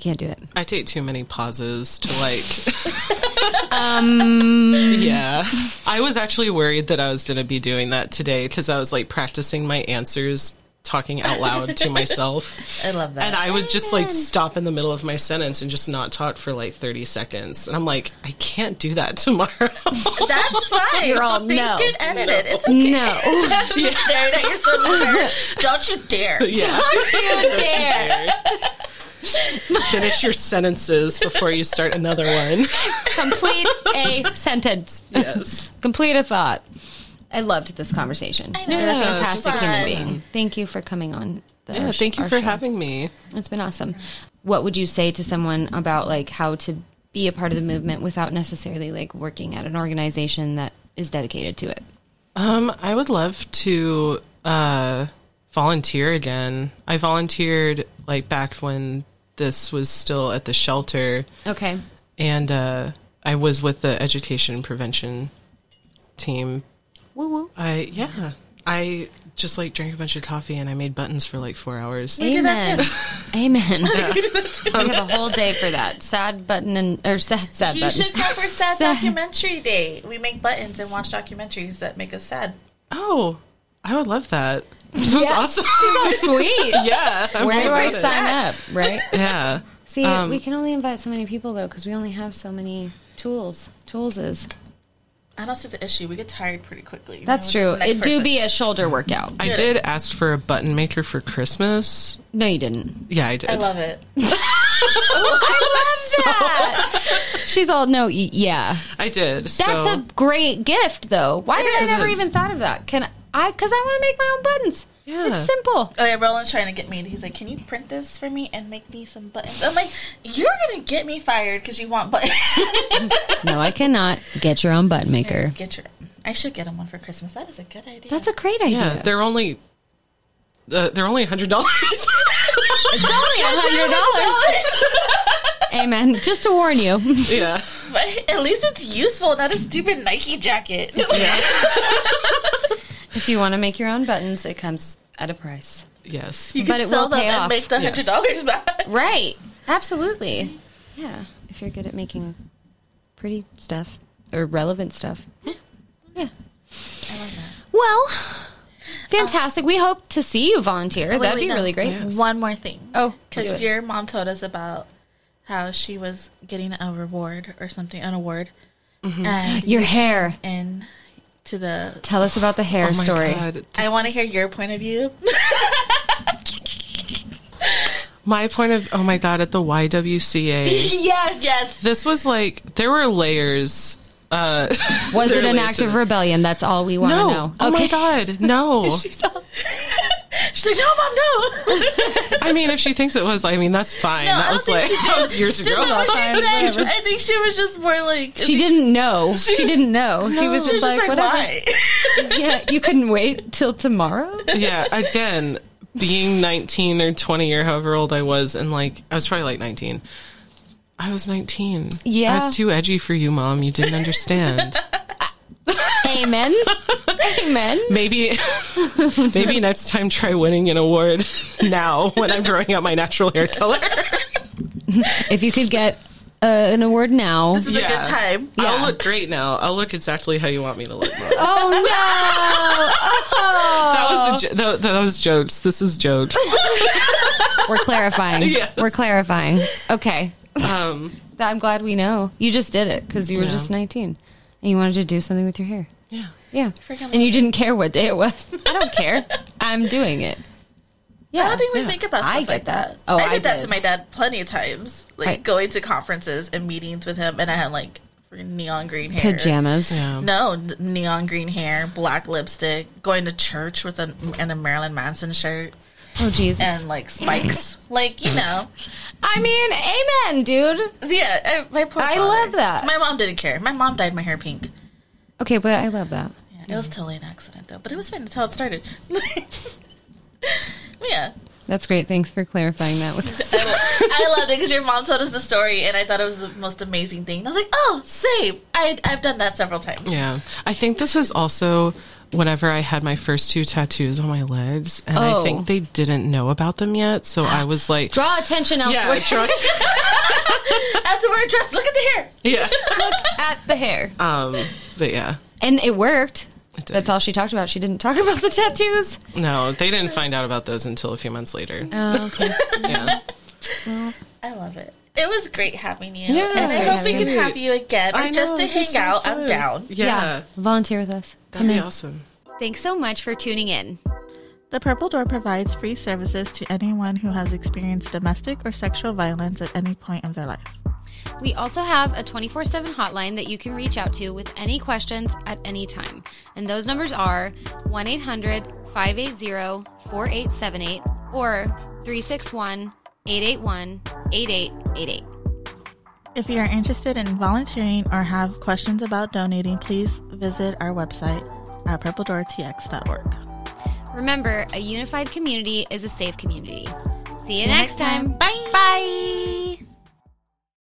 B: can't do it.
C: I take too many pauses to like. yeah, I was actually worried that I was going to be doing that today because I was like practicing my answers, talking out loud to myself,
A: I love that.
C: and I would just like stop in the middle of my sentence and just not talk for like thirty seconds, and I'm like, I can't do that tomorrow.
A: That's fine.
B: You're all,
A: Things
B: no.
A: get edited. It's okay.
B: No,
A: Just staring at your cellular. Don't you dare.
C: yeah,
B: don't you dare.
C: finish your sentences before you start another one.
B: Complete a sentence.
C: Yes.
B: Complete a thought. I loved this conversation.
A: know.
B: You're a
A: Yeah,
B: fantastic
A: just
B: human
A: fun.
B: being. Thank you for coming on. The
C: Yeah,
B: our-
C: thank you
B: our
C: for
B: show.
C: having me.
B: It's been awesome. What would you say to someone about like how to be a part of the movement without necessarily like working at an organization that is dedicated to it?
C: Um, I would love to uh, volunteer again. I volunteered like back when this was still at the shelter,
B: Okay.
C: and uh, I was with the education prevention team.
B: Woo woo.
C: I yeah, I just like drank a bunch of coffee and I made buttons for like four hours.
A: We do that
B: Amen. Amen. we have a whole day for that. Sad button and or sad sad
A: You
B: button.
A: should come for sad,
B: Sad.
A: documentary day. We make buttons and watch documentaries that make us sad.
C: Oh, I would love that. That was
B: Yeah.
C: awesome.
B: She's so sweet.
C: yeah. I'm
B: Where
C: all
B: do I
C: about it.
B: sign up? Right.
C: Yeah.
B: See,
C: Um,
B: we can only invite so many people though, because we only have so many tools. Tools is
A: I don't see the issue. We get tired pretty quickly.
B: that's
A: You know,
B: true.
A: we're just
B: It
A: the next
B: do
A: person.
B: be a shoulder workout.
C: I did ask for a button maker for Christmas.
B: No, you didn't.
C: Yeah, I did.
A: I love it.
B: I love that. She's all no, y- yeah.
C: I did.
B: That's
C: so,
B: a great gift, though. Why did I
A: is.
B: never even thought of that? Can I? Because I want to make my own buttons.
C: Yeah.
B: It's simple.
A: Oh yeah, Roland's trying to get me. He's like, "Can you print this for me and make me some buttons?" I'm like, "You're gonna get me fired because you want buttons."
B: No, I cannot get your own button maker.
A: get your. I should get him one for Christmas. That is a good idea.
B: That's a great idea.
C: yeah. They're only uh, they're only hundred dollars.
B: it's only a hundred dollars. Amen. Just to warn you.
C: yeah.
A: But at least it's useful, not a stupid Nike jacket.
B: If you want to make your own buttons, it comes at a price.
C: Yes.
A: you
B: But
A: can
B: it
A: sell
B: will
A: them
B: pay
A: and
B: off.
A: make the
C: Yes.
A: hundred dollars back.
B: Right. Absolutely. Yeah. If you're good at making pretty stuff or relevant stuff. Yeah. Well, fantastic. we hope to see you volunteer.
A: Wait,
B: That'd
A: wait,
B: be
A: no.
B: really great.
C: Yeah. Yes.
A: One more thing.
B: Oh, do
A: because
B: it.
A: your mom told us about how she was getting a reward or something, an award,
B: Mm-hmm.
A: and
B: your hair.
A: and to the.
B: Tell us about the hair
C: Oh my
B: story.
C: God, this
A: I want to
C: is-
A: hear your point of view.
C: my point of. Oh my god! At the YWCA,
B: Yes.
A: yes.
C: this was like there were layers. Uh,
B: Was
C: there
B: it
C: are
B: an
C: layers
B: act
C: to
B: of
C: this.
B: rebellion? That's all we want to
C: No.
B: know.
C: Oh my god. No.
A: She's all- She's like, no, mom, no.
C: I mean, if she thinks it was, I mean, that's fine.
A: No, I
C: that
A: don't
C: was
A: think
C: like
A: she
C: that was years
A: Just
C: ago.
A: like what she
B: fine,
A: said.
B: whatever.
A: I think she was just more like
B: She didn't know. She, didn't know. she was
A: She
B: just,
A: was
B: like, whatever.
A: why?
B: Yeah, you couldn't wait till tomorrow.
C: yeah, again, being 19 or 20 or however old I was, and like, I was probably like 19. I was 19.
B: Yeah.
C: I was too edgy for you, mom. You didn't understand.
B: Amen. Amen.
C: maybe, maybe next time try winning an award now when I'm growing out my natural hair color.
B: If you could get uh, an award now.
A: This is a good time.
C: I'll
B: Yeah.
C: look great now. I'll look exactly how you want me to look. Mom.
B: Oh no! Oh.
C: That was a jo- tho- those jokes. This is jokes.
B: We're clarifying.
C: Yes.
B: We're clarifying. Okay.
C: Um,
B: I'm glad we know. You just did it because you were
C: Yeah.
B: just 19 and you wanted to do something with your hair.
C: yeah.
B: Yeah.
A: Freaking
B: And you didn't care what day it was. I don't care. I'm doing it. Yeah.
A: I don't think we
C: Yeah.
A: think about stuff
B: I get
A: like that.
B: that. Oh,
A: I
B: I
A: did that
B: did.
A: to my dad plenty of times, like
B: Right.
A: going to conferences and meetings with him, and I had like neon green hair,
B: Pajamas.
C: Yeah.
A: No, n- neon green hair, black lipstick, going to church with a and a Marilyn Manson shirt
B: Oh, Jesus.
A: and like spikes, like you know.
B: I mean, amen, dude.
A: So, yeah, I, my poor.
B: I
A: father.
B: love that.
A: My mom didn't care. My mom dyed my hair pink.
B: Okay, but I love that.
A: Yeah, it was totally an accident though, but it was fine. That's how it started. yeah.
B: That's great. Thanks for clarifying that with us.
A: I loved it because your mom told us the story, and I thought it was the most amazing thing. And I was like, "Oh, same! I, I've done that several times."
C: Yeah. I think this was also whenever I had my first two tattoos on my legs, and
B: Oh.
C: I think they didn't know about them yet. So I was like,
B: Draw attention
C: yeah,
B: elsewhere.
C: draw-
A: As to wear a dress, look at the hair.
C: yeah.
B: Look at the hair.
C: Um, but yeah.
B: And it worked.
C: It did.
B: That's all she talked about. She didn't talk about the tattoos.
C: No, they didn't find out about those until a few months later.
B: Oh, okay.
C: Yeah.
A: I love it. It was great having you,
C: Yeah,
A: and
C: it was
A: I
B: great
A: hope we
B: having
A: can
C: you.
A: have you again, or
C: I
A: just
C: know,
A: to
C: it'd be
A: hang
C: so
A: out. I'm
C: fun.
A: down.
C: Yeah.
B: Volunteer with us.
C: That'd be awesome.
B: Thanks so much for tuning in.
A: The Purple Door provides free services to anyone who has experienced domestic or sexual violence at any point of their life.
B: We also have a 24 7 hotline that you can reach out to with any questions at any time. And those numbers are 1 800 580 4878 or 361 881 8888.
A: If you are interested in volunteering or have questions about donating, please visit our website at purpledoortx.org.
B: Remember, a unified community is a safe community. See you next time. Bye. Bye.